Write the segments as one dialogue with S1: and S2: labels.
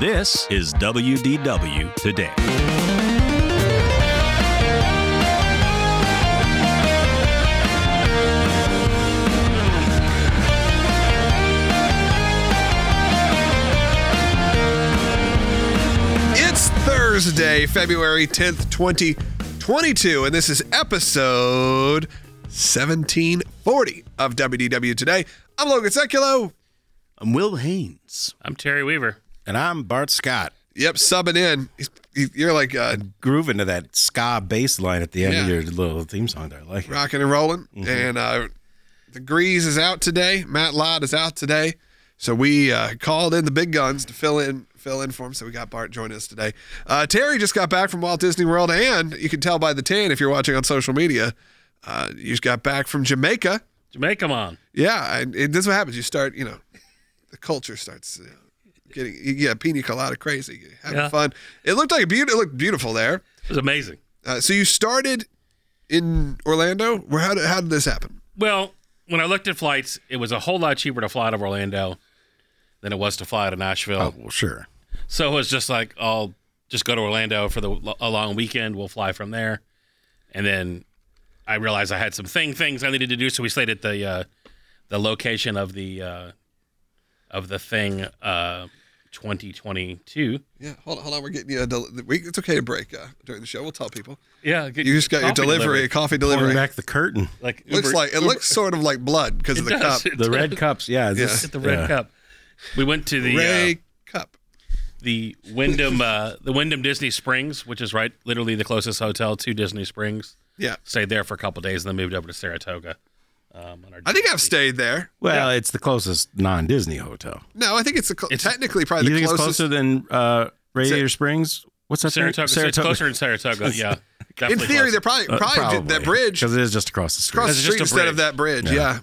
S1: This is WDW Today.
S2: It's Thursday, February 10th, 2022, and this is episode 1740 of WDW Today. I'm Logan Seculo.
S3: I'm Will Haynes.
S4: I'm Terry Weaver.
S3: And I'm Bart Scott.
S2: Yep, subbing in. He's- he- You're like uh,
S3: Grooving to that ska bass line at the end of
S2: Yeah.
S3: your little theme song there. I like it.
S2: rocking and rolling, and uh, Degrees is out today. Matt Lott is out today, so we uh, called in the big guns to fill in fill in for him. So we got Bart joining us today. Uh, Terry just got back from Walt Disney World, and you can tell by the tan if you're watching on social media. Uh, you just got back from Jamaica.
S4: Jamaica on.
S2: Yeah, and it, this is what happens. You start, you know, the culture starts you know, getting you get pina colada crazy, You're having
S4: Yeah.
S2: fun. It looked like a beaut. It looked beautiful there.
S4: It was amazing.
S2: Uh, so you started in Orlando. Where how did how did this happen?
S4: Well, when I looked at flights, it was a whole lot cheaper to fly to Orlando than it was to fly to Nashville.
S3: Oh, well, sure.
S4: So it was just like, I'll just go to Orlando for the a long weekend. We'll fly from there, and then I realized I had some thing things I needed to do. So we stayed at the uh, the location of the uh, of the thing uh, 2022.
S2: Yeah, hold on, hold on. We're getting you a del- we, it's okay to break uh, during the show. We'll tell people
S4: Yeah, get
S2: you just got your
S4: coffee
S2: delivery,
S4: delivered.
S2: a coffee
S3: Pulling
S2: delivery.
S3: back the curtain.
S4: Like
S2: looks
S4: Uber-
S2: like it
S4: Uber-
S2: looks sort of like blood because of the
S4: It does.
S2: cup.
S4: It
S3: The
S4: does.
S3: red cups. Yeah. is this-
S4: Get the red
S3: yeah.
S4: cup. We went to the uh,
S2: Ray cup.
S4: the Wyndham uh, the Wyndham Disney Springs, which is right literally the closest hotel to Disney Springs.
S2: Yeah,
S4: Stayed there for a couple days and then moved over to Saratoga. Um, on our
S2: I think I've stayed there.
S3: Well, it's the closest non Disney hotel.
S2: No, I think it's, the cl-
S4: It's-
S2: technically
S3: You
S2: probably
S3: think
S2: the
S3: it's
S2: closest.
S3: closer than uh, Radiator Springs? What's that? thing?
S4: Saratoga. so It's closer in Saratoga. yeah.
S2: in
S4: Definitely
S2: theory,
S4: closer.
S2: they're probably
S3: Uh,
S2: probably, did that bridge
S3: Because it is just across the street.
S2: across the
S4: It's
S2: street
S4: just a
S2: instead of that
S4: bridge.
S2: bridge. Yeah.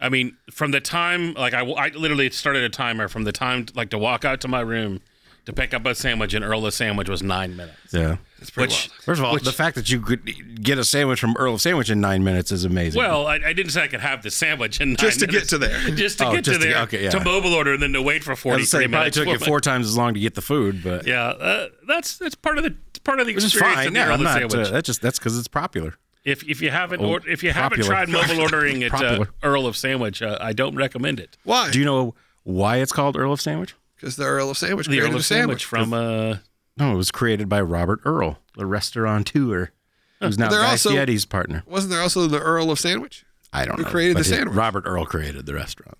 S4: I mean, from the time like I, I literally started a timer from the time like to walk out to my room to pick up a sandwich and Earl of Sandwich was nine minutes.
S3: yeah.
S4: Which
S3: First of all, the fact that you could get a sandwich from Earl of Sandwich in nine minutes is amazing.
S4: well, I, I didn't say I could have the sandwich in nine
S2: Just to get
S4: minutes.
S2: to there.
S4: just to
S3: Oh,
S4: get
S3: just
S4: to
S3: to get-
S4: there,
S3: okay, yeah.
S4: to mobile order, and then to wait for
S3: I
S4: forty
S3: was gonna say,
S4: three
S3: it probably
S4: minutes.
S3: took you
S4: for my-
S3: four times as long to get the food, but
S4: Yeah, uh, that's that's part of the it's part of the
S3: Which is
S4: experience
S3: fine.
S4: of the
S3: Yeah,
S4: Earl
S3: I'm
S4: of
S3: not.
S4: Sandwich.
S3: Uh, that's just that's because it's popular.
S4: if if you haven't
S3: Oh,
S4: or, if you haven't
S3: popular.
S4: tried mobile ordering at uh,
S3: Popular.
S4: Earl of Sandwich, uh, I don't recommend it.
S2: Why?
S3: Do you know why it's called Earl of Sandwich?
S2: Because the Earl of Sandwich
S4: The
S2: created
S4: Earl of Sandwich, from uh,
S3: No, it was created by Robert Earl, the restaurateur, who's now
S2: They're
S3: Guy
S2: also-
S3: Fieri's partner.
S2: Wasn't there also the Earl of Sandwich?
S3: I don't
S2: who
S3: know.
S2: created
S3: but
S2: the
S3: his-
S2: sandwich.
S3: Robert Earl created the restaurant.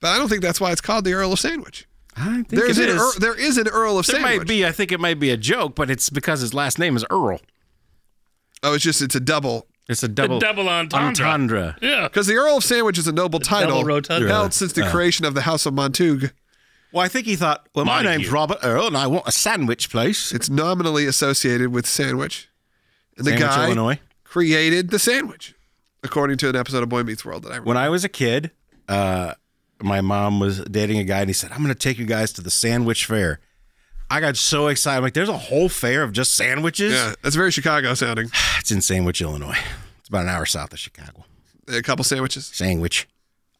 S2: But I don't think that's why it's called the Earl of Sandwich.
S3: I think
S2: There's
S3: it
S2: an
S3: is.
S2: Earl, there is an Earl of
S3: there
S2: Sandwich.
S3: might be. I think it might be a joke, but it's because his last name is Earl.
S2: Oh, it's just it's a double.
S3: It's a
S4: the
S3: double
S4: double entendre.
S3: entendre.
S4: Yeah,
S2: Because the Earl of Sandwich is a noble title
S4: double rotunda.
S2: held since the creation of the House of Montague.
S3: Well, I think he thought, well, my
S4: Mind
S3: name's
S4: you.
S3: Robert Earl, and I want a sandwich place.
S2: It's nominally associated with sandwich, and the
S3: Sandwich,
S2: guy
S3: Illinois.
S2: created the sandwich, according to an episode of Boy Meets World that I read.
S3: when I was a kid, uh, my mom was dating a guy, and he said, "I'm going to take you guys to the sandwich fair." I got so excited. I'm like, "There's a whole fair of just sandwiches."
S2: Yeah, that's very Chicago sounding.
S3: It's in Sandwich, Illinois. It's about an hour south of Chicago.
S2: A couple sandwiches.
S3: Sandwich.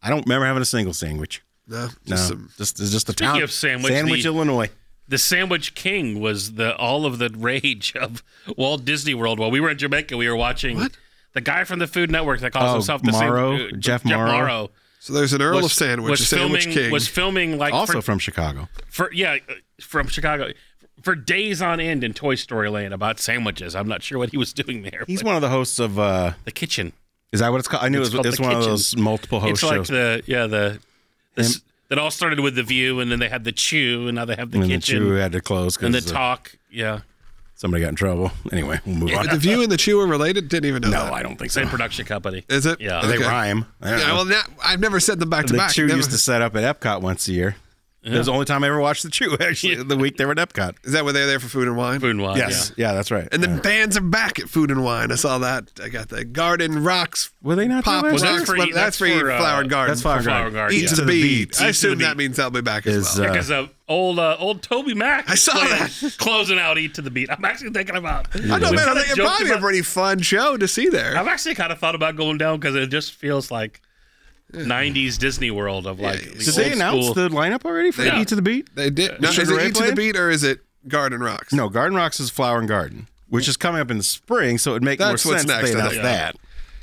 S3: I don't remember having a single sandwich.
S2: No, just
S3: No,
S2: some
S3: just it's just the town.
S4: of sandwich, the-
S3: Illinois.
S4: the Sandwich King was the all of the rage of Walt Disney World. While we were in Jamaica, we were watching
S2: What?
S4: the guy from the Food Network that calls
S3: Oh,
S4: himself the
S3: Morrow?
S4: Sandwich-
S3: Jeff
S4: Jeff
S3: Morrow?
S4: Morrow
S2: So there's an Earl
S4: was-
S2: of Sandwich,
S4: was
S2: a Sandwich
S4: filming,
S2: King.
S4: Was filming like
S3: Also
S4: for
S3: from Chicago.
S4: for yeah uh, from Chicago for days on end in Toy Story Land about sandwiches. I'm not sure what he was doing there.
S3: He's
S4: but
S3: one of the hosts of. uh
S4: the kitchen.
S3: Is that what it's called? I knew
S4: It's
S3: it was.
S4: called
S3: It's
S4: The
S3: one of
S4: Kitchen.
S3: those multiple host
S4: It's like
S3: shows.
S4: the yeah the this, that all started with the View, and then they had the Chew, and now they have the
S3: and the
S4: kitchen
S3: chew had to close
S4: and the
S3: because
S4: Talk. Yeah,
S3: somebody got in trouble. Anyway, we'll move on.
S2: But the View and the Chew are related. Didn't even know.
S3: No,
S2: that.
S3: I don't think so.
S4: same production company.
S2: Is it?
S4: Yeah.
S3: They
S2: Okay.
S3: rhyme. I don't
S2: Yeah,
S3: know.
S2: well, now, I've never said them back to
S3: the
S2: back.
S3: Chew
S2: Never-
S3: used to set up at Epcot once a year. It was the only time I ever watched the Chew. Actually, the week they were at Epcot.
S2: Is that where they're there for food and wine?
S4: Food and Wine.
S3: Yes, yeah, that's right.
S2: And the
S3: Yeah.
S2: bands are back at Food and Wine. I saw that. I got the Garden Rocks.
S3: Were they not
S2: Pop
S3: there last
S2: Rocks,
S3: year?
S4: that's for-
S2: but
S4: that's
S2: that's for
S4: for, uh,
S2: Flower Garden.
S3: that's Flower
S4: For Flower
S3: Garden.
S4: Garden.
S2: Eat
S4: Yeah.
S2: to the beat. I
S4: Eat to the
S2: assume that
S4: Beat.
S2: means they'll be back as
S3: Is
S2: well.
S3: uh,
S4: Because uh, old uh, old Toby Mac.
S2: I
S4: is
S2: saw
S4: playing-
S2: that.
S4: closing out Eat to the Beat. I'm actually thinking about.
S2: I know,
S4: we
S2: man. I
S4: kinda
S2: think it'd
S4: joked
S2: probably be a
S4: about-
S2: pretty fun show to see there.
S4: I've actually kind of thought about going down because it just feels like '90s Disney World of like.
S2: Did
S4: the
S3: Did they
S4: old
S3: announce
S4: school-
S3: the lineup already for
S4: Yeah.
S3: Eat to the Beat?
S2: They did. Now,
S3: Sugar
S2: is it
S3: Ray
S2: Eat to the
S3: played?
S2: Beat or is it Garden Rocks?
S3: No, Garden Rocks is Flower and Garden, which is coming up in the spring, so it would make
S2: That's
S3: more
S2: what's
S3: sense
S2: next,
S3: if
S2: I
S3: they announced
S2: think.
S3: that.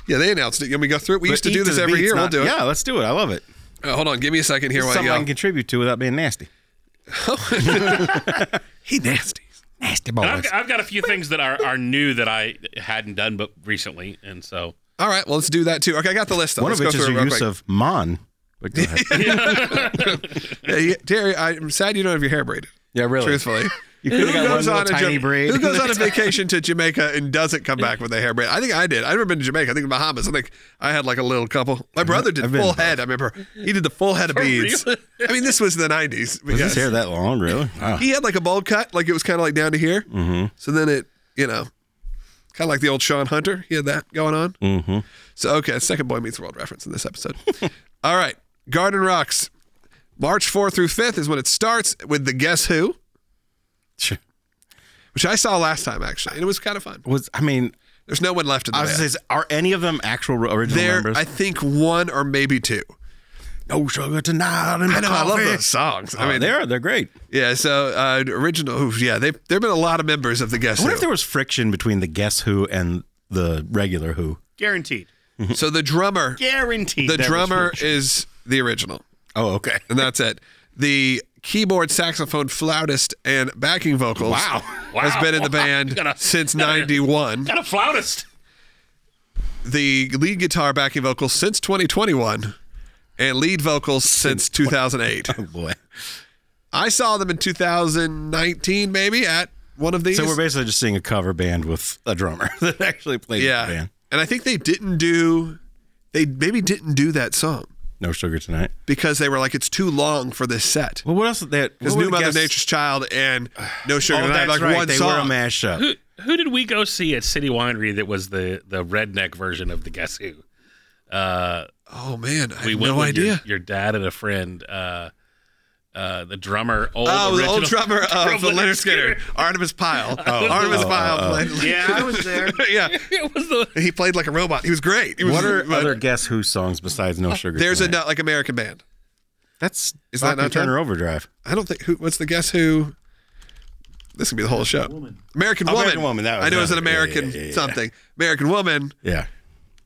S2: Yeah, they announced it. You want me to go through it? We
S3: But
S2: used to
S3: Eat
S2: do this
S3: the
S2: every
S3: Beat's
S2: year.
S3: not-
S2: we'll do it.
S3: Yeah, let's do it. I love it.
S2: Uh, hold on. Give me a second here. While
S3: Something
S2: you
S3: I
S2: go.
S3: can contribute to without being nasty.
S2: He nasty.
S3: Nasty
S4: And I've,
S3: boys.
S4: got- I've got a few things that are, are new that I hadn't done, but recently, and so
S2: All right. Well, let's do that too. Okay, I got the list. Though.
S3: One
S2: let's
S3: of which
S2: go
S3: is
S2: through it
S3: your
S2: real
S3: use
S2: quick.
S3: of mon. But go ahead.
S2: Hey, Terry, I'm sad you don't have your hair braided.
S3: yeah, really.
S2: Truthfully.
S3: You could have got one little
S2: a
S3: tiny
S2: Ja-
S3: braid.
S2: Who goes on a vacation to Jamaica and doesn't come back with a hair braid? I think I did. I've never been to Jamaica. I think the Bahamas. I think I had like a little couple. My brother did
S3: I've been
S2: full
S3: to both.
S2: head. I remember he did the full head of beads.
S4: real?
S2: I mean, this was in the nineties.
S3: Was his hair that long, really? Wow.
S2: He had like a bowl cut, like it was kind of like down to here. Mm-hmm. So then it, you know, kind of like the old Sean Hunter. He had that going on. Mm-hmm. So okay, second Boy Meets World reference in this episode. All right, Garden Rocks, March fourth through fifth is when it starts with the Guess Who, which I saw last time actually, and it was kind of fun.
S3: Was I mean?
S2: There's no one left in the
S3: I was
S2: band.
S3: gonna say, are any of them actual ro- original
S2: there,
S3: members?
S2: I think one or maybe two.
S3: no Oh, sugar tonight. in
S2: I
S3: the
S2: know I love
S3: coffee.
S2: those songs.
S3: Oh,
S2: I mean,
S3: they are. They're great.
S2: yeah. So uh, original, ooh, yeah. They there've been a lot of members of the Guess
S3: I wonder
S2: Who.
S3: if there was friction between the Guess Who and the regular Who.
S5: Guaranteed.
S2: so the drummer,
S5: Guaranteed.
S2: the
S5: that was
S2: drummer
S5: Rich.
S2: is the original,
S3: Oh, okay.
S2: and that's it. The keyboard, saxophone, flautist, and backing vocals.
S3: Wow.
S2: Has been in the
S4: Wow.
S2: band
S4: Gotta-
S2: since
S4: gotta-
S2: '91.
S4: got a flautist.
S2: The lead guitar, backing vocals since 2021, and lead vocals since 2008.
S3: Oh boy.
S2: I saw them in 2019, maybe at one of these.
S3: So we're basically just seeing a cover band with a drummer that actually plays
S2: yeah,
S3: the band.
S2: and I think they didn't do, they maybe didn't do that song
S3: No sugar tonight.
S2: because they were like it's too long for this set.
S3: Well, what else? Did they?
S2: Because New Mother Nature's Child and No Sugar
S3: Oh,
S2: Tonight,
S3: that's
S2: like
S3: right.
S2: one
S3: they were a
S2: song.
S3: mashup.
S4: Who did we go see at City Winery that was the the redneck version of the Guess Who? Uh,
S2: oh man, I
S4: we
S2: have
S4: went
S2: no
S4: with your-
S2: idea.
S4: Your, dad and a friend. Uh, uh, the drummer, old
S2: Oh, the
S4: original-
S2: old drummer of
S4: from
S2: the Leonard Skinner, Artemis Pyle. Artemis
S3: oh,
S2: Pyle
S3: oh.
S2: played.
S5: Yeah, I was there.
S2: yeah,
S4: It was the
S2: he played like a robot. He was great. He was,
S3: What are
S2: but
S3: other Guess Who songs besides No Sugar?
S2: There's a
S3: tonight?
S2: no- like American band.
S3: That's
S2: Is
S3: is
S2: that
S3: that
S2: not
S3: Turner Overdrive?
S2: I don't think who. What's the guess who? This could be the whole show. American Woman.
S3: American Woman, that was
S2: I knew it was an
S3: another- yeah,
S2: American
S3: yeah, yeah, yeah.
S2: something. American Woman.
S3: Yeah.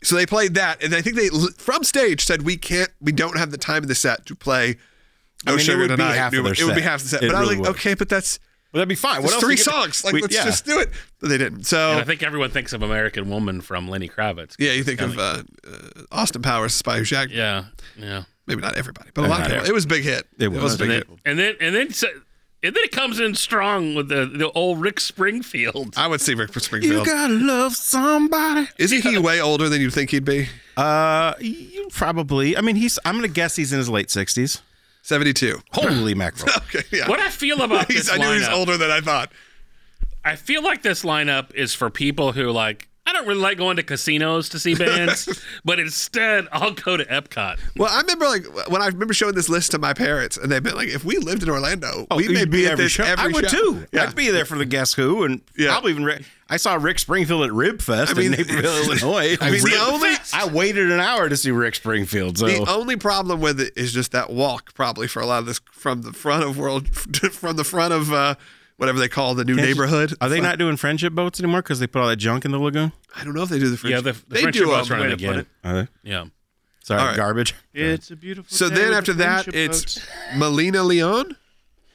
S2: So they played that, and I think they l- from stage said we can't, we don't have the time in the set to play. No
S3: mean, it
S2: sugar
S3: would be
S2: tonight.
S3: half of
S2: It would-
S3: their
S2: it would be
S3: set.
S2: half the set.
S3: It
S2: but I was
S3: really
S2: like,
S3: would.
S2: okay, but that's
S3: Well, that'd be fine.
S2: there's
S3: else
S2: three
S3: you could-
S2: songs. Like,
S3: we-
S2: let's
S3: yeah.
S2: just do it. But they didn't. So
S4: And I think everyone thinks of American Woman from Lenny Kravitz.
S2: yeah, you think of uh, uh, Austin Powers, Spy Who Shagged. Me.
S4: Yeah, yeah.
S2: Maybe not everybody, but a lot of
S3: not
S2: people.
S3: every-
S2: It was a big hit.
S3: It was.
S2: a big
S3: And
S2: hit.
S3: it-
S4: And then and then so- and then it comes in strong with the the old Rick Springfield.
S2: I would see Rick
S3: You
S2: Springfield.
S3: gotta love somebody.
S2: Isn't he way older than you'd think he'd be?
S3: Uh, you probably. I mean, he's. I'm gonna guess he's in his late sixties.
S2: 72.
S3: Holy mackerel!
S2: Okay, yeah.
S4: What I feel about
S2: He's,
S4: this
S2: I knew he was
S4: lineup-
S2: older than I thought.
S4: I feel like this lineup is for people who like. I don't really like going to casinos to see bands, but instead I'll go to Epcot.
S2: Well, I remember like when I remember showing this list to my parents, and they've been like, "If we lived in Orlando, we may
S3: Oh, You'd
S2: be at
S3: every
S2: this
S3: show.
S2: every
S3: I would
S2: show."
S3: too.
S2: Yeah.
S3: I'd be there for the Guess Who, and
S2: Yeah.
S3: probably even. Rick- I saw Rick Springfield at Rib Fest
S2: mean-
S3: in Naperville, Illinois.
S2: I mean, the
S3: Rib
S2: only-
S3: Fest. I waited an hour to see Rick Springfield. So
S2: The only problem with it is just that walk, probably for a lot of this from the front of world, from the front of uh, whatever they call the new neighborhood.
S3: Are they not doing friendship boats anymore because they put all that junk in the lagoon?
S2: I don't know if they do the French.
S4: Yeah, the, the
S2: they
S4: French
S2: do
S4: boat's
S2: them.
S4: running
S5: way to put
S4: again.
S5: it.
S3: Are they?
S4: Yeah,
S3: Sorry,
S2: All right.
S3: garbage.
S5: It's a beautiful.
S2: So
S5: day
S2: then
S5: with
S2: after
S5: the
S2: that,
S5: friendship
S2: it's
S5: boats.
S2: Melina Leon.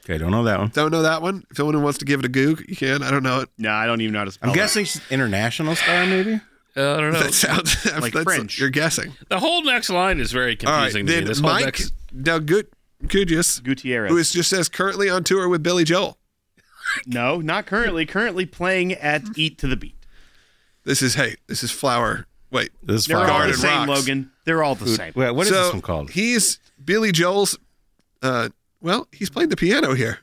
S3: Okay, don't know that one.
S2: Don't know that one. If someone who wants to give it a goog, you can. I don't know it.
S5: No, I don't even know how to spell.
S3: I'm guessing she's international star, maybe.
S4: Uh, I don't know.
S2: That sounds
S5: Like
S2: that's-
S5: French.
S2: You're guessing.
S4: The whole next line is very
S2: All right,
S4: confusing to me.
S2: then
S4: This whole
S2: Mike
S4: next,
S2: Dalgutkudius,
S5: Gutierrez.
S2: who is just says currently on tour with Billy Joel.
S5: No, not currently. Currently playing at Eat to the Beat.
S2: This is hey, this is Flower. Wait,
S3: This is
S5: They're all the
S3: Flower.
S2: Garden
S5: same,
S2: Rocks.
S5: Logan. They're all the same.
S3: Wait, what is
S2: so
S3: this one called?
S2: He's Billy Joel's. Uh, well, he's played the piano here,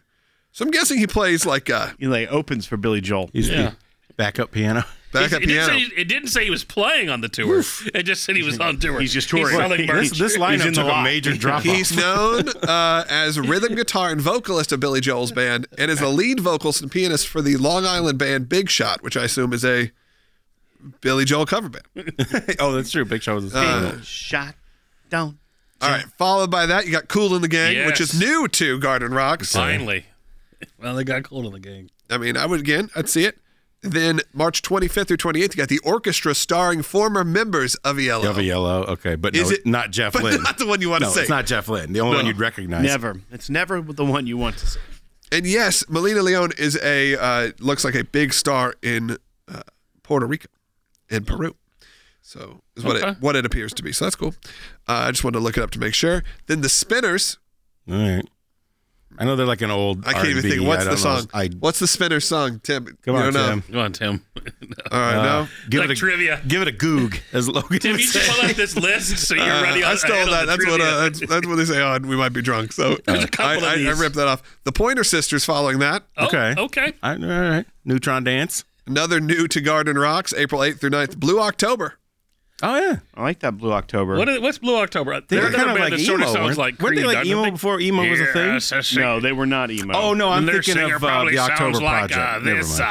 S2: so I'm guessing he plays like uh,
S5: You know, like opens for Billy Joel.
S3: He's
S4: Yeah.
S3: the backup piano.
S2: backup
S4: it,
S2: piano.
S4: didn't say, he- it didn't say he was playing on the tour. It just said he was on tour.
S5: He's just touring.
S4: selling
S5: He's
S4: merch.
S3: This, this
S5: He's
S3: lineup
S5: in the
S3: took a
S5: lot.
S3: major drop off.
S2: He's known uh, as rhythm guitar and vocalist of Billy Joel's band, and is the lead vocalist and pianist for the Long Island band Big Shot, which I assume is a Billy Joel cover band. Uh,
S3: oh, that's true. Big Show was a
S5: Shot down
S2: All right. Followed by that, you got Cool in the Gang, which is
S4: Yes.
S2: new to Garden Rocks.
S4: Finally. Well, they got cold in the gang.
S2: I mean, I would again, I'd see it. Then March 25th through 28th, you got the orchestra starring former members of Yellow.
S3: Of a yellow. Okay, but
S2: Is
S3: no,
S2: it-
S3: not Jeff
S2: but
S3: Lynn.
S2: not the one you want
S3: no,
S2: to say.
S3: it's not Jeff Lynn. The only one you'd recognize.
S5: Never. It's never the one you want to see.
S2: And yes, Melina Leon is a uh, looks like a big star in uh, Puerto Rico and
S3: Hmm.
S2: Peru. So is what it
S4: Okay.
S2: what it appears to be. So that's cool. Uh, I just wanted to look it up to make sure. Then the Spinners.
S3: All right. I know they're like an old.
S2: I can't even
S3: R&B.
S2: think. What's the
S3: I don't know.
S2: song?
S3: I
S2: What's the Spinners song, Tim?
S3: come
S2: you don't
S3: on,
S2: know.
S3: Tim.
S4: Go on, Tim.
S2: All right,
S3: Uh,
S2: no.
S3: give
S4: like
S3: it a
S4: trivia.
S3: Give it a goog, as Logan
S4: Tim,
S3: would
S4: you
S3: say.
S4: just pulled up this list, so you're
S2: Uh,
S4: ready.
S2: I
S4: on- ahead
S2: stole
S4: on
S2: that.
S4: the
S2: That's what,
S4: trivia.
S2: uh, that's, that's what they say on We Might Be Drunk. So
S4: There's a couple
S2: I,
S4: of
S2: I, I
S4: these.
S2: ripped that off. The Pointer Sisters following that.
S4: Oh,
S3: Okay.
S4: Okay.
S3: I- all right. Neutron dance.
S2: Another new to Garden Rocks, April 8th through 9th. Blue October.
S3: Oh yeah.
S5: I like that Blue October.
S4: What is, what's Blue October?
S3: They
S4: They're
S3: were
S4: another
S3: kind of
S4: band
S3: like emo.
S4: that sort of sounds
S3: weren't-
S4: like
S3: weren't they
S4: Creed,
S3: like
S4: don't
S3: emo
S4: they?
S3: before emo was a thing?
S4: Yes, I see.
S5: no, they were not emo.
S3: Oh no, I'm
S4: And their
S3: thinking
S4: singer
S3: of uh,
S4: probably
S3: the
S4: sounds
S3: October
S4: like,
S3: Project.
S4: Uh,
S3: Never
S4: this,
S3: mind.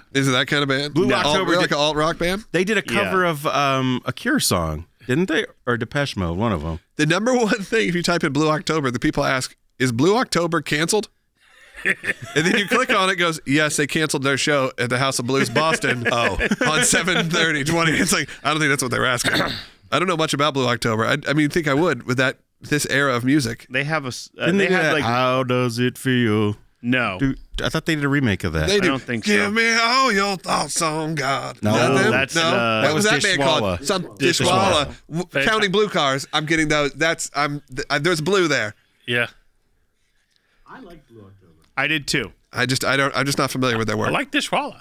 S4: uh,
S2: Is it that kind of band?
S3: Blue
S2: Alt-
S3: October
S2: really
S3: did-
S2: like an alt rock band?
S3: They did a
S5: Yeah.
S3: cover of um, a Cure song, didn't they? Or Depeche Mode, one of them.
S2: The number one thing, if you type in Blue October, the people ask, is Blue October canceled? and then you click on it, it goes, yes, they canceled their show at the House of Blues Boston oh. on 730 20. It's like, I don't think that's what they were asking. I don't know much about Blue October. I, I mean, think I would with that this era of music.
S5: They have a. s- Uh,
S3: Didn't
S5: they
S3: they, do
S5: had
S3: that,
S5: like
S3: How does it feel?
S5: no.
S3: Dude, I thought they did a remake of that.
S2: They do.
S5: don't think so.
S2: Give me all your thoughts on God.
S3: No,
S2: Nothing?
S5: that's,
S2: no.
S5: uh,
S2: what was that
S3: That was
S2: band
S3: Dishwalla.
S2: called? Some Dishwalla. W- Counting blue cars. I'm getting those. That's I'm. Th- I, there's blue there.
S4: yeah.
S5: I did too.
S2: I just I don't. I'm just not familiar with their
S4: I
S2: work.
S4: like Dishwalla.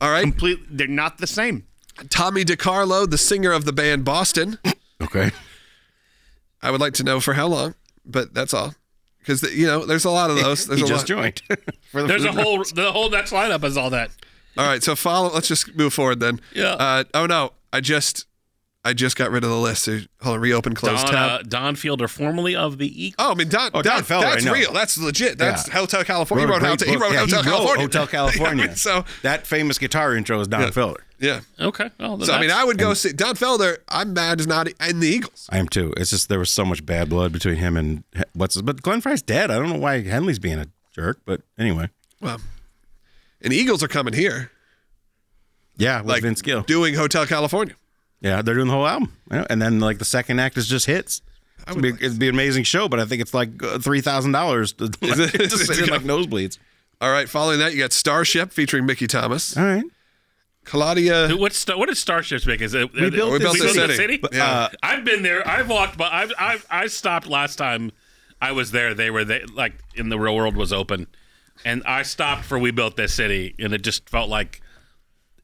S2: All right.
S5: Completely, they're not the same.
S2: Tommy DiCarlo, the singer of the band Boston.
S3: okay.
S2: I would like to know for how long, but that's all. Because you know, there's a lot of those. There's
S3: he
S2: a
S3: just
S2: lot.
S3: joined. For the
S4: There's
S3: food
S4: a whole the whole next lineup is all that.
S2: All right, so follow. Let's just move forward then.
S4: Yeah.
S2: Uh, oh no, I just, I just got rid of the list. So hold on, reopen, close
S4: Don,
S2: tab.
S4: uh, Don Fielder, formerly of the E.
S2: Oh, I mean, Don,
S3: Oh,
S2: Don,
S3: Don Feller,
S2: that's
S3: I know.
S2: real. That's legit. That's
S3: Yeah.
S2: Hotel California.
S3: Wrote a
S2: he wrote,
S3: great
S2: Hotel, he
S3: book.
S2: wrote Hotel California.
S3: Yeah, wrote Hotel California.
S2: I mean, so,
S3: that famous guitar intro is Don Felder.
S2: yeah.
S4: Okay. Well,
S2: So, I mean, I would go see Don Felder. I'm mad is not in the Eagles.
S3: I am too. It's just there was so much bad blood between him and H- what's his. But Glenn Fry's dead. I don't know why Henley's being a jerk. But anyway,
S2: Well, and Eagles are coming here,
S3: yeah, with
S2: like
S3: Vince Gill.
S2: doing Hotel California.
S3: yeah, they're doing the whole album, Yeah, and then like the second act is just hits. It'd be, it'd be an amazing show, but I think it's like uh, three thousand dollars to
S2: it-
S3: to
S2: is it
S3: sit in
S2: go-
S3: like nosebleeds.
S2: All right. Following that, you got Starship featuring Mickey Thomas,
S3: All right,
S2: Claudia.
S4: What's Star- what did Starships make? Is it, we
S3: built this
S2: city.
S4: the city?
S2: But, uh,
S4: I've been there. I've walked by. I've, I've I stopped last time I was there. They were they like in the real world was open, and I stopped for We Built This City, and it just felt like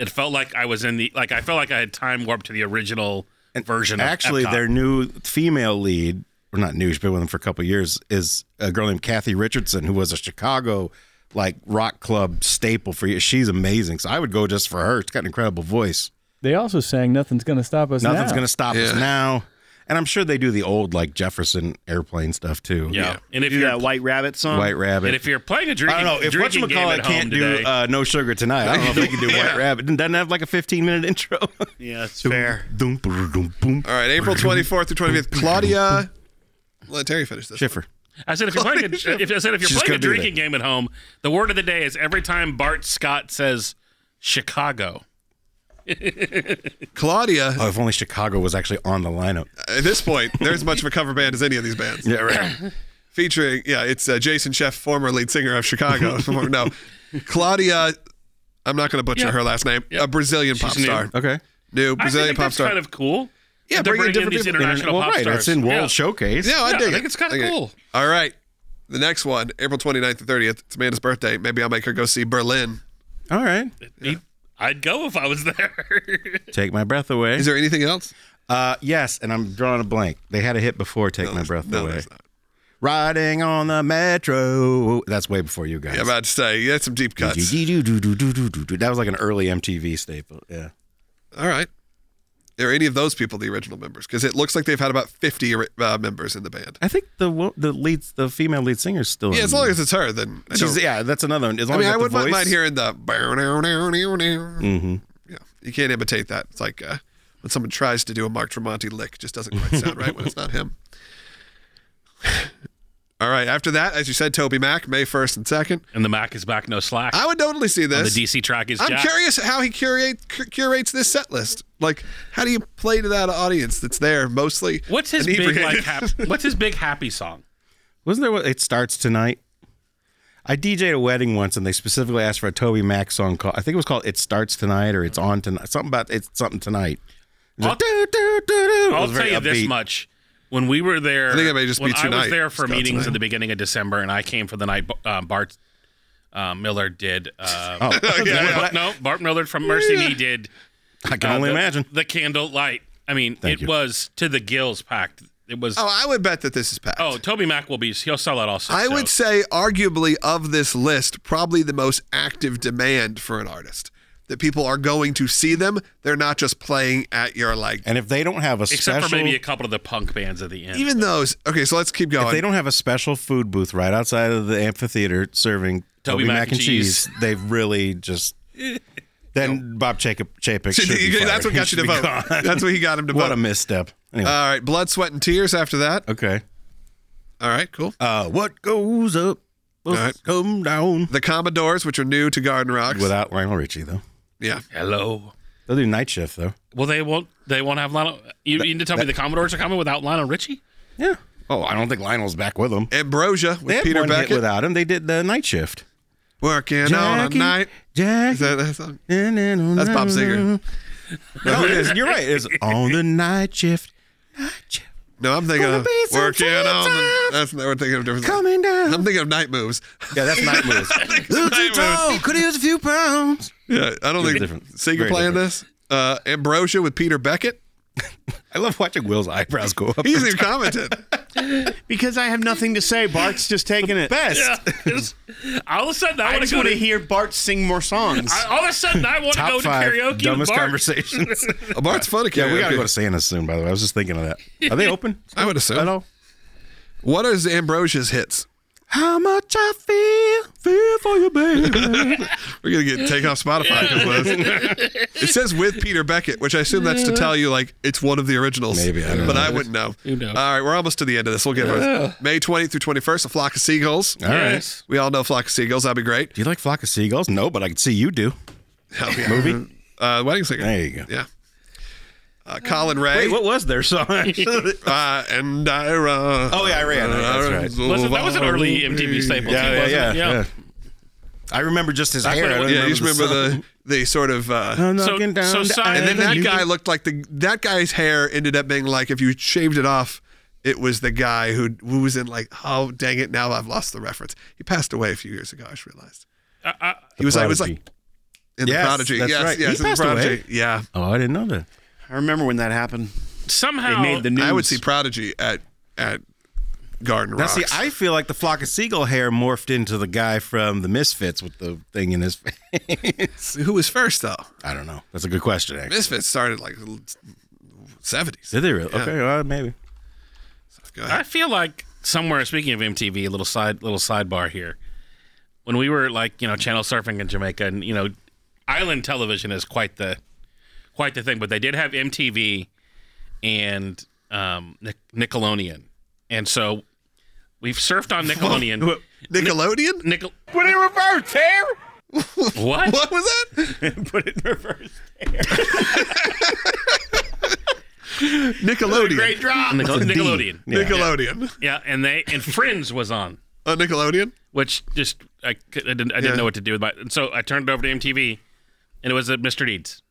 S4: it felt like I was in the like I felt like I had time warped to the original version.
S3: actually,
S4: of Epcot.
S3: their new female lead, or not new, she's been with them for a couple years, is a girl named Kathy Richardson, who was a Chicago like rock club staple for you. She's amazing, so I would go just for her. She's got an incredible voice.
S6: They also sang "Nothing's Gonna Stop Us."
S3: Nothing's
S6: Now.
S3: gonna stop us
S2: Yeah.
S3: now. And I'm sure they do the old like Jefferson airplane stuff too. Um,
S4: yeah. And if
S5: Do
S4: you're
S5: that White Rabbit song.
S3: White Rabbit.
S4: and if you're playing a
S3: I
S4: drinking,
S3: don't know if
S4: drinking game
S3: whatchamacallit
S4: at home
S3: can't
S4: today,
S3: do uh, no sugar tonight. I don't know if they can do White Rabbit. Doesn't that have like a 15 minute intro.
S5: yeah, it's fair.
S3: Doom, boom, boom, boom.
S2: All right. April 24th through 25th, Claudia. Let Terry finish this.
S3: Schiffer.
S4: I said if you're playing a, if, I said if you're
S3: She's
S4: playing
S3: gonna
S4: a
S3: do
S4: drinking game at home, the word of the day is every time Bart Scott says Chicago.
S2: Claudia.
S3: Oh, if only Chicago was actually on the lineup.
S2: At this point, they're as much of a cover band as any of these bands.
S3: Yeah, right.
S2: featuring yeah it's uh, jason Sheff, former lead singer of chicago Former- no claudia i'm not going to butcher
S4: Yeah.
S2: her last name a brazilian pop
S4: new.
S2: star
S3: okay.
S2: new brazilian
S4: I think
S2: pop
S4: that's
S2: star
S4: kind of cool.
S2: Yeah,
S4: that they're
S2: bring in
S4: bringing
S2: different
S4: these
S2: people.
S4: international
S3: well,
S4: pop
S3: right.
S4: stars.
S3: That's in World
S4: Yeah.
S3: Showcase.
S2: yeah i
S4: Yeah, I
S2: dig it
S4: think it's kinda
S2: dig it.
S4: cool.
S2: all right the next one april 29th to 30th it's amanda's birthday maybe i'll make her go see berlin
S3: All right.
S4: I'd go if I was there.
S3: Take my breath away.
S2: is there anything else
S3: uh, yes, and I'm drawing a blank. They had a hit before Take My Breath
S2: no
S3: Away.
S2: there's not
S3: Riding on the Metro. That's way before you guys.
S2: yeah, i'm about to say you had some deep cuts
S3: That was like an early MTV staple. Yeah.
S2: all right are any of those people the original members because it looks like they've had about 50 ori- uh, members in the band
S3: I think the wo- the lead the female lead singer is still.
S2: yeah
S3: in
S2: as long as it's her then I don't-
S3: she's, yeah, that's another one. As
S2: I
S3: long
S2: mean,
S3: as
S2: I
S3: got
S2: would
S3: the
S2: not
S3: voice,
S2: mind hearing the. Mm-hmm. Yeah, you can't imitate that. It's like uh, when someone tries to do a Mark Tremonti lick, it just doesn't quite sound right when it's not him. All right. After that, as you said, Toby Mac, May 1st and 2nd.
S4: And the Mac is back, no slack.
S2: I would totally see
S4: the
S2: this.
S4: DC track is
S2: I'm
S4: jacked.
S2: curious how he curate, cu- curates this set list. Like, how do you play to that audience that's there mostly?
S4: What's his big
S2: inebriated?
S4: like? Hap- what's his big happy song?
S3: Wasn't there what it starts tonight? I DJ'd a wedding once and they specifically asked for a Toby Mac song called I think it was called It Starts Tonight or It's On Tonight. Something about it's something tonight. It was
S4: I'll-
S3: like, "Doo, doo, doo, doo." It
S4: I'll
S3: was
S4: tell
S3: very
S4: you this
S3: upbeat.
S4: much: when we were there,
S2: I think it may just
S4: when
S2: be
S4: I was
S2: tonight.
S4: there for
S2: It's not
S4: meetings
S2: tonight.
S4: at the beginning of December, and I came for the night um, Bart um, Miller did. Uh,
S3: Oh,
S4: Bart- No, Bart Miller from Mercy Me did.
S3: I can
S4: uh,
S3: only
S4: the-
S3: imagine.
S4: the candle light. I mean,
S3: Thank
S4: it
S3: you.
S4: was to the gills packed. It was.
S2: Oh,
S4: Oh,
S2: I would bet that this is packed.
S4: Toby Mac will be. He'll sell out also.
S2: I would say, arguably, of this list, probably the most active demand for an artist. That people are going to see them. They're not just playing at your like.
S3: And if they don't have a
S4: except
S3: special
S4: for maybe a couple of the punk bands at the end.
S2: Even those. Okay, so let's keep
S3: if
S2: going.
S3: they don't have a special food booth right outside of the amphitheater serving Toby, Mac, and cheese, they've really just then Bob Jacob Chapek should be fired.
S2: That's what
S3: He
S2: got you
S3: should
S2: to
S3: be
S2: vote.
S3: gone.
S2: That's what he got him to
S3: what
S2: vote.
S3: a misstep. Anyway,
S2: All right, blood, sweat, and tears. After that,
S3: okay.
S2: all right, cool.
S3: Uh, what goes up must
S2: Alright.
S3: come down.
S2: The Commodores, which are new to Garden Rocks.
S3: Without Lionel Richie though,
S2: yeah,
S4: hello.
S3: they'll do night shift though.
S4: Well, they won't. They won't have Lionel. You need to tell me the Commodores are coming without Lionel Richie.
S3: Yeah. Oh, I don't think Lionel's back with them.
S2: Ambrosia with
S3: They had
S2: Peter
S3: one hit
S2: Beckett.
S3: without him. They did the night shift.
S2: Working on a
S3: Jackie,
S2: night.
S3: Jackie,
S2: Is that that song?
S3: That's
S2: That's Bob Seger.
S3: No, it is. You're right. It's on the night shift. Night shift.
S2: No, I'm thinking
S3: Gonna
S2: of
S3: be some
S2: working
S3: free
S2: on. The,
S3: time.
S2: that's not. We're thinking of different.
S3: Coming down.
S2: I'm thinking of night moves.
S3: yeah, that's night moves. Little too
S2: Night
S3: tall. Could use a few pounds.
S2: Yeah, I don't think
S3: different.
S2: Seeger
S3: Very
S2: playing this. Uh, Ambrosia with Peter Beckett.
S3: I love watching Will's eyebrows go up.
S2: He hasn't even commented.
S5: Because I have nothing to say. Bart's just taking it.
S3: best.
S4: All of a sudden, I,
S5: I
S4: want
S5: just
S4: to go
S5: want
S4: to
S5: to hear Bart sing more songs.
S4: I, all of a sudden, I want to
S3: Top
S4: go to
S3: five
S4: karaoke.
S3: dumbest
S4: with Bart.
S3: conversations.
S2: Uh, Bart's fun to
S3: yeah, we gotta
S2: karaoke.
S3: go to Santa's soon. By the way, I was just thinking of that. Are they open?
S2: I would assume.
S3: At all?
S2: What is Ambrosia's hits?
S3: How much I feel, feel for you, baby.
S2: We're gonna get taken off Spotify. 'cause of this. it says with Peter Beckett, which I assume that's to tell you like it's one of the originals.
S3: Maybe, I don't
S2: but
S3: know.
S2: I wouldn't know.
S4: knows?
S2: All right, we're almost to the end of this. We'll get it. May 20th through 21st, a flock of seagulls.
S3: All right.
S4: Yes.
S2: We all know flock of seagulls. That'd be great.
S3: Do you like Flock of Seagulls? No, but I can see you do. Movie?
S2: Uh, wedding singer.
S3: There you go.
S2: Yeah. Uh, Colin Ray
S3: Wait, what was their song?
S2: uh, and I run.
S3: Oh, yeah, I ran.
S4: Uh,
S3: That's right.
S4: Listen, that was an early MTV staple. too, wasn't it?
S3: I remember just his
S4: what
S3: hair.
S4: it
S3: I don't
S4: was.
S2: Yeah, you just remember
S3: song.
S2: the the sort of. Uh,
S3: I'm
S4: So-
S3: knocking down
S4: so
S3: the
S4: Simon-
S2: and then
S4: And then
S2: that
S4: you
S2: guy
S4: can-
S2: looked like the that guy's hair ended up being like if you shaved it off, it was the guy who who was in like oh dang it now I've lost the reference. He passed away a few years ago. I just realized
S4: Uh,
S2: he was like it was like in the
S3: Yes,
S2: prodigy.
S3: that's
S2: yes,
S3: right.
S2: yes,
S3: He
S2: in
S3: passed
S2: the
S3: away?
S2: prodigy. Yeah,
S3: Oh, I didn't know that.
S5: I remember when that happened. They
S4: Somehow
S5: made the news.
S2: I would see prodigy at at Garden
S3: Now,
S2: Rocks.
S3: see, I feel like the flock of seagull hair morphed into the guy from the Misfits with the thing in his face.
S2: who was first though?
S3: I don't know. That's a good question. Actually.
S2: Misfits started like seventies.
S3: Did they really? Okay, well, maybe.
S2: Go ahead.
S4: I feel like somewhere. Speaking of MTV, a little side, little sidebar here. When we were like, you know, channel surfing in Jamaica, and you know, island television is quite the, quite the thing. But they did have MTV, and um, Nic- Nickelodeon, and so we've surfed on Nickelodeon.
S2: Nickelodeon.
S4: Nickel,
S5: Put it in reverse, hair.
S4: what?
S2: What was that?
S5: Put it in reverse.
S2: Nickelodeon.
S4: Great drop. Nickel- Nickelodeon.
S3: Yeah.
S2: Nickelodeon.
S4: Yeah, and they and Friends was on.
S2: Uh, Nickelodeon.
S4: which just I, could- I didn't I didn't
S2: Yeah.
S4: know what to do with my and so I turned it over to MTV, and it was a Mr. Deeds,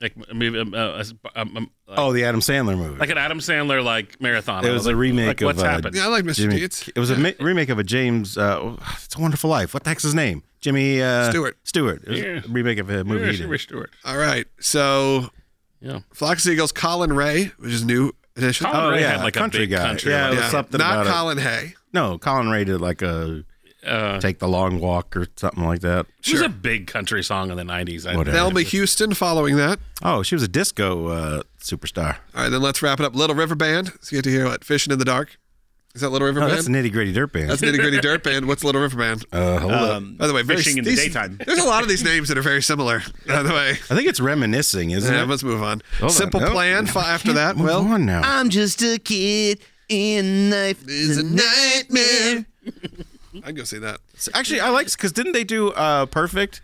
S4: like a movie, um, uh, a- um, um, like-
S3: Oh, the Adam Sandler movie.
S4: like an Adam Sandler like marathon.
S3: it
S4: I
S3: was
S4: like,
S3: a remake
S4: like,
S3: of.
S4: what's
S3: uh,
S4: happened.
S2: Yeah, I like Mr.
S3: Jimmy-
S2: Deeds.
S3: It was a ma- remake of a James. Uh, it's a Wonderful Life. What the heck's his name? Jimmy uh,
S2: Stewart.
S3: Stewart. It was
S4: Yeah.
S3: a remake of a movie. he did.
S2: All right. So,
S4: Yeah.
S2: Flock of Seagulls, Colin Ray, which is new edition.
S4: Colin
S3: Oh
S4: Ray
S3: yeah,
S4: had like
S3: country
S4: a big
S3: guy.
S4: country.
S3: yeah,
S4: one.
S3: it was something
S2: Not
S3: about it.
S2: Colin Hay.
S3: No, Colin Ray did like a
S4: Uh,
S3: take the long walk or something like that.
S4: It was a big country song in the nineties. I
S3: Whatever.
S2: Thelma Houston following that.
S3: Oh, she was a disco uh, superstar.
S2: All right, then let's wrap it up. Little River Band. So you get to hear what? Fishing in the Dark. Is that Little River
S3: No,
S2: Band?
S3: Oh, that's nitty gritty dirt band.
S2: That's Nitty Gritty Dirt Band. What's Little River Band?
S3: Uh, hold up.
S5: Um,
S2: By the way, very-
S5: fishing in the
S2: these-
S5: daytime.
S2: There's a lot of these names that are very similar. By the way,
S3: I think it's reminiscing, isn't
S2: yeah,
S3: it?
S2: let's move on.
S3: Hold on.
S2: Simple
S3: No,
S2: Plan.
S3: no,
S2: fi-
S3: I
S2: after
S3: can't
S2: that,
S3: move
S2: well,
S3: on now.
S5: I'm just a kid
S3: in knife
S2: It's a nightmare. I'd go see that.
S3: Actually, I like because didn't they do uh perfect?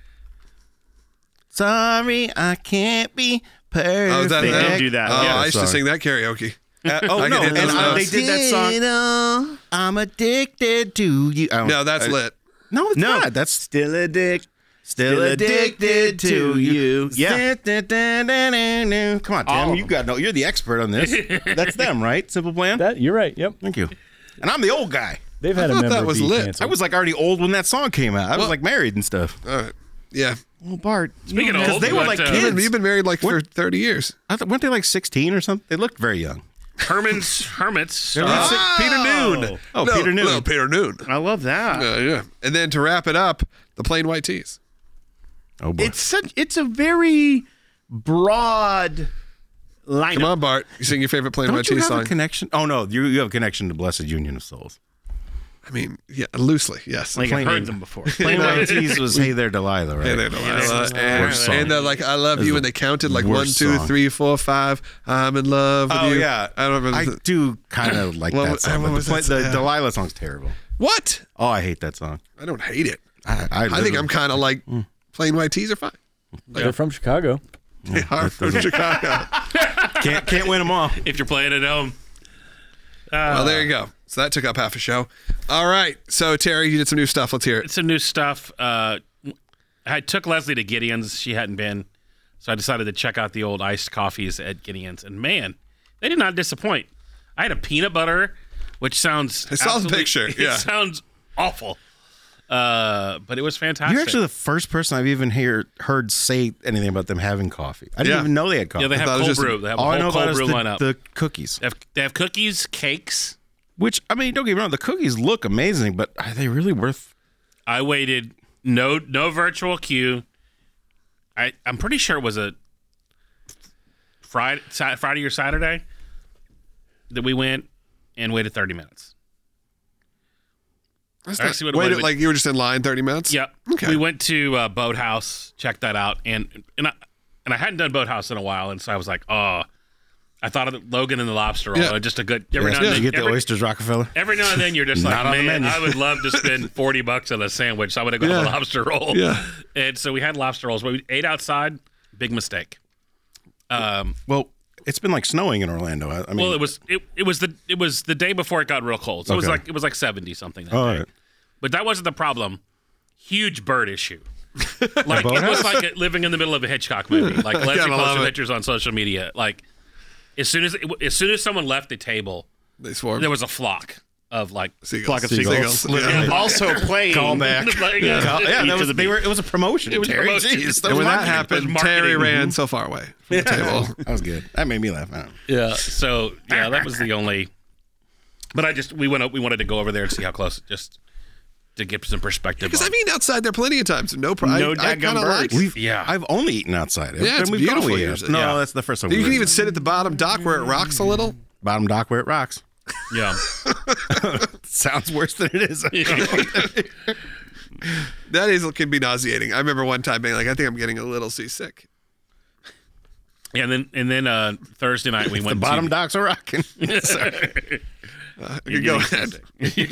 S3: Sorry, I can't be perfect.
S2: Oh, is that
S5: They
S2: that?
S5: did do that.
S2: Oh,
S5: Yeah,
S2: I used
S3: sorry.
S2: to sing that karaoke.
S3: Uh, oh
S2: I
S3: no,
S2: can do
S3: and
S2: those
S3: I, they
S2: notes.
S3: did that
S5: You
S3: song. I'm addicted to you. I don't-
S2: No, that's
S3: I-
S2: lit.
S3: No, it's
S5: No.
S3: not. That's
S5: Still a dick.
S3: still addicted to you.
S5: Yeah.
S3: Da-da-da-da-da. Come on, Tim. you got no. You're the expert on this. That's them, right? Simple Plan.
S6: That you're right. Yep,
S3: Thank you. And I'm the old guy.
S6: they've had a
S2: thought
S6: member
S2: that was
S6: be
S2: lit.
S6: canceled.
S3: I was like already old when that song came out. I was
S2: Well-
S3: like married and stuff.
S2: All right. Uh, Yeah.
S3: Well, Bart,
S4: Speaking of old,
S3: they were
S4: what,
S3: like
S4: uh,
S2: You've been,
S3: kids.
S2: you've been married like for 30 years.
S3: I thought, weren't they like 16 or something? They looked very young.
S4: Herman's Hermits.
S3: They were
S4: Uh,
S3: Oh. sick- Peter Noon. Oh,
S2: No,
S3: Peter Noon.
S2: No, Peter Noon.
S5: I love that.
S2: Uh, yeah. And then to wrap it up, the plain white tees.
S3: oh boy.
S5: It's such. It's a very broad lineup.
S2: Come on, Bart. You sing your favorite plain white
S3: Don't you
S2: tee
S3: have
S2: song.
S3: a connection? Oh no, you, you have a connection to Blessed Union of Souls.
S2: I mean, yeah, loosely, yes.
S5: Like I've
S3: Plain
S5: heard
S3: English.
S5: them before.
S3: Plain White Tees was Hey There Delilah, right?
S2: Hey there, Delilah.
S3: worst
S2: Uh, And,
S3: song.
S2: and they're like, I love you. And they counted like one,
S3: worst
S2: two,
S3: song.
S2: three, four, five. I'm in love with
S3: Oh
S2: you.
S3: yeah,
S2: I don't remember.
S3: I
S2: the-
S3: do kind of like
S2: What
S3: that
S2: was-
S3: song.
S2: what
S3: but
S2: was
S3: the,
S2: that
S3: pla- the
S2: song?
S3: Delilah song's terrible.
S2: what?
S3: Oh, I hate that song.
S2: I don't hate it.
S3: I,
S2: I think I'm kind of like,
S3: Mm.
S2: plain white tees are fine.
S6: They're from Chicago.
S2: They are from Chicago.
S3: can't can't win them all.
S4: if you're playing at home,
S2: Well, Oh, there you go. So that took up half a show. All right. So, Terry, you did some new stuff. Let's hear it.
S4: it's some new stuff. Uh, I took Leslie to Gideon's. She hadn't been. So I decided to check out the old iced coffees at Gideon's. And man, they did not disappoint. I had a peanut butter, which sounds.
S2: I saw the
S4: absolutely-
S2: picture,
S4: It
S2: yeah.
S4: sounds awful. Uh, but it was fantastic.
S3: You're actually the first person I've even hear, heard say anything about them having coffee. I didn't
S2: Yeah.
S3: even know they had coffee.
S4: yeah, they have
S2: thought it
S4: cold
S2: was just-
S4: brew. They have a
S3: all I know
S4: whole
S3: about
S4: cold
S3: is
S4: brew
S3: the,
S4: lineup.
S3: the cookies,
S4: they, have, they have cookies, cakes.
S3: which I mean, don't get me wrong, the cookies look amazing, but are they really worth?
S4: I waited no no virtual queue. I I'm pretty sure it was a Friday Sa- Friday or Saturday that we went and waited 30 minutes.
S2: That's
S4: Actually,
S2: not-
S4: wait,
S2: wait,
S4: wait.
S2: like you were just in line 30 minutes?
S4: Yep.
S2: Okay.
S4: We went to uh, Boathouse, checked that out, and and I and I hadn't done Boathouse in a while, and so I was like, oh, I thought of the- Logan and the Lobster Roll.
S2: Yeah.
S4: and Just a good every now
S3: Did
S4: and
S3: you
S4: then.
S3: get the
S4: every,
S3: oysters, Rockefeller?
S4: every now and then you're just like,
S3: Not on the
S4: man,
S3: menu."
S4: I would love to spend 40 bucks on a sandwich. So I would have gone
S2: Yeah.
S4: a lobster roll.
S2: Yeah.
S4: And so we had lobster rolls. but We ate outside. Big mistake. Um,
S3: Well, it's been like snowing in Orlando. I, I mean,
S4: well, it was it, it was the it was the day before it got real cold. So it was
S3: Okay.
S4: like it was like 70 something that
S3: all
S4: day.
S3: right.
S4: But that wasn't the problem. Huge bird issue. like it was
S3: boathouse?
S4: like it- living in the middle of a Hitchcock movie. Like Leslie
S2: Gotta love
S4: posted
S2: it.
S4: pictures on social media. Like as soon as as soon as someone left the table,
S2: They swarmed.
S4: there was a flock of like
S2: seagulls.
S5: Flock of
S2: seagulls. Yeah.
S5: Also playing.
S4: Like, uh,
S3: Yeah,
S5: Eat
S3: that
S5: to
S3: was,
S5: the
S3: they
S5: beat.
S3: were, it was a promotion.
S4: It was a
S3: Terry.
S4: promotion.
S3: Jeez,
S2: And when that
S4: marketing. It
S2: happened,
S4: was
S2: Terry
S4: marketing.
S3: Mm-hmm.
S2: ran so far away from the table.
S3: that was good. That made me laugh. I don't know.
S4: Yeah. So yeah, that was the only. But I just we went up, we wanted to go over there and see how close just to get some perspective.
S2: Because
S4: on-
S2: I've eaten outside there plenty of times. No
S5: No
S2: problem. I, I
S5: daggum
S2: kind of like
S5: birds.
S2: it.
S3: We've, yeah, I've only eaten outside. Every
S2: Yeah,
S3: time
S2: it's
S3: we've gone,
S2: beautiful
S3: we
S2: years.
S3: have. No,
S2: Yeah.
S3: that's the first time.
S2: You
S3: we
S2: can
S3: went.
S2: even sit at the bottom dock where it rocks a little.
S3: bottom dock where it rocks.
S4: yeah.
S3: Sounds worse than it is.
S2: That is can be nauseating. I remember one time being like, I think I'm getting a little seasick.
S4: Yeah, and then and then uh, Thursday night we
S3: the
S4: went
S3: bottom
S4: to,
S3: docks are rocking.
S2: You go ahead. yeah,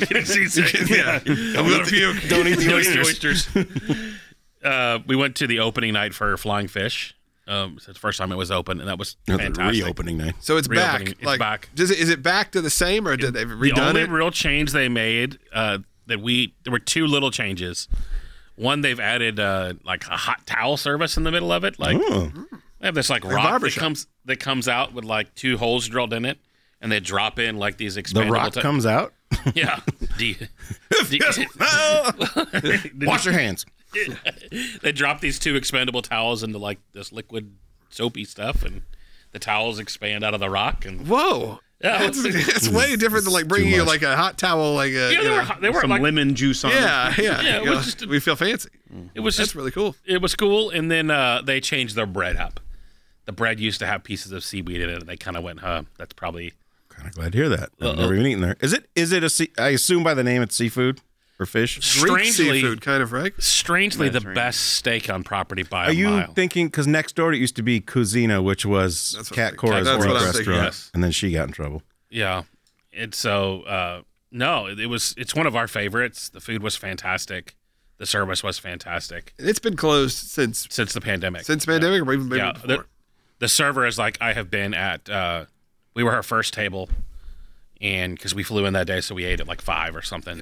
S2: I'm gonna puke.
S3: Don't eat the
S4: Don't eat
S3: oysters.
S4: oysters. uh, we went to the opening night for Flying Fish. Um, so it's the first time it was open, and that was fantastic.
S3: Reopening night.
S2: So it's back.
S4: Reopening, it's
S2: like,
S4: back.
S2: Does it, is it back to the same, or did they
S4: The
S2: redone
S4: only
S2: it?
S4: real change they made uh, that we there were two little changes. One, they've added uh, like a hot towel service in the middle of it, like. They have this like rock that
S2: barbershop.
S4: comes that comes out with like two holes drilled in it, and they drop in like these expandable.
S3: The rock
S4: ti-
S3: comes out.
S4: Yeah. D- D-
S3: Wash your hands.
S4: they drop these two expandable towels into like this liquid soapy stuff, and the towels expand out of the rock. And
S2: Whoa,
S4: yeah,
S2: that's, that's way different than like bringing you
S3: much.
S2: like a hot towel, like a
S4: yeah,
S2: you
S4: they
S2: know.
S4: were hot- they were
S5: Some
S4: like
S5: lemon juice on it.
S2: yeah, yeah.
S4: Yeah, it
S2: You
S4: was
S2: know,
S4: just a-
S2: we feel fancy.
S4: it was
S2: That's
S4: just
S2: really cool.
S4: it was cool. And then uh, they changed their bread up. The bread used to have pieces of seaweed in it, and they kind of went, "Huh, that's probably."
S3: Kind of glad to hear that. I've never even eaten there. Is it? Is it a? Sea, I assume by the name it's seafood or fish.
S2: Greek
S4: Strangely-
S2: seafood, kind of right.
S4: Strangely, the best steak on property by
S3: Are
S4: a
S3: you
S4: mile.
S3: thinking? Because next door it used to be Cusina, which was
S2: That's what I'm
S3: Cat
S2: thinking.
S3: Cora's
S2: That's
S3: old
S2: what I'm
S3: restaurant,
S2: thinking,
S4: yes.
S3: and then she got in trouble.
S4: Yeah. and so uh, no, it, it was. It's one of our favorites. The food was fantastic. The service was fantastic
S2: It's been closed since
S4: since the pandemic.
S2: since pandemic or even maybe
S4: yeah,
S2: before.
S4: the, the server is like I have been at. Uh, we were her first table, and because we flew in that day, so we ate at like five or something,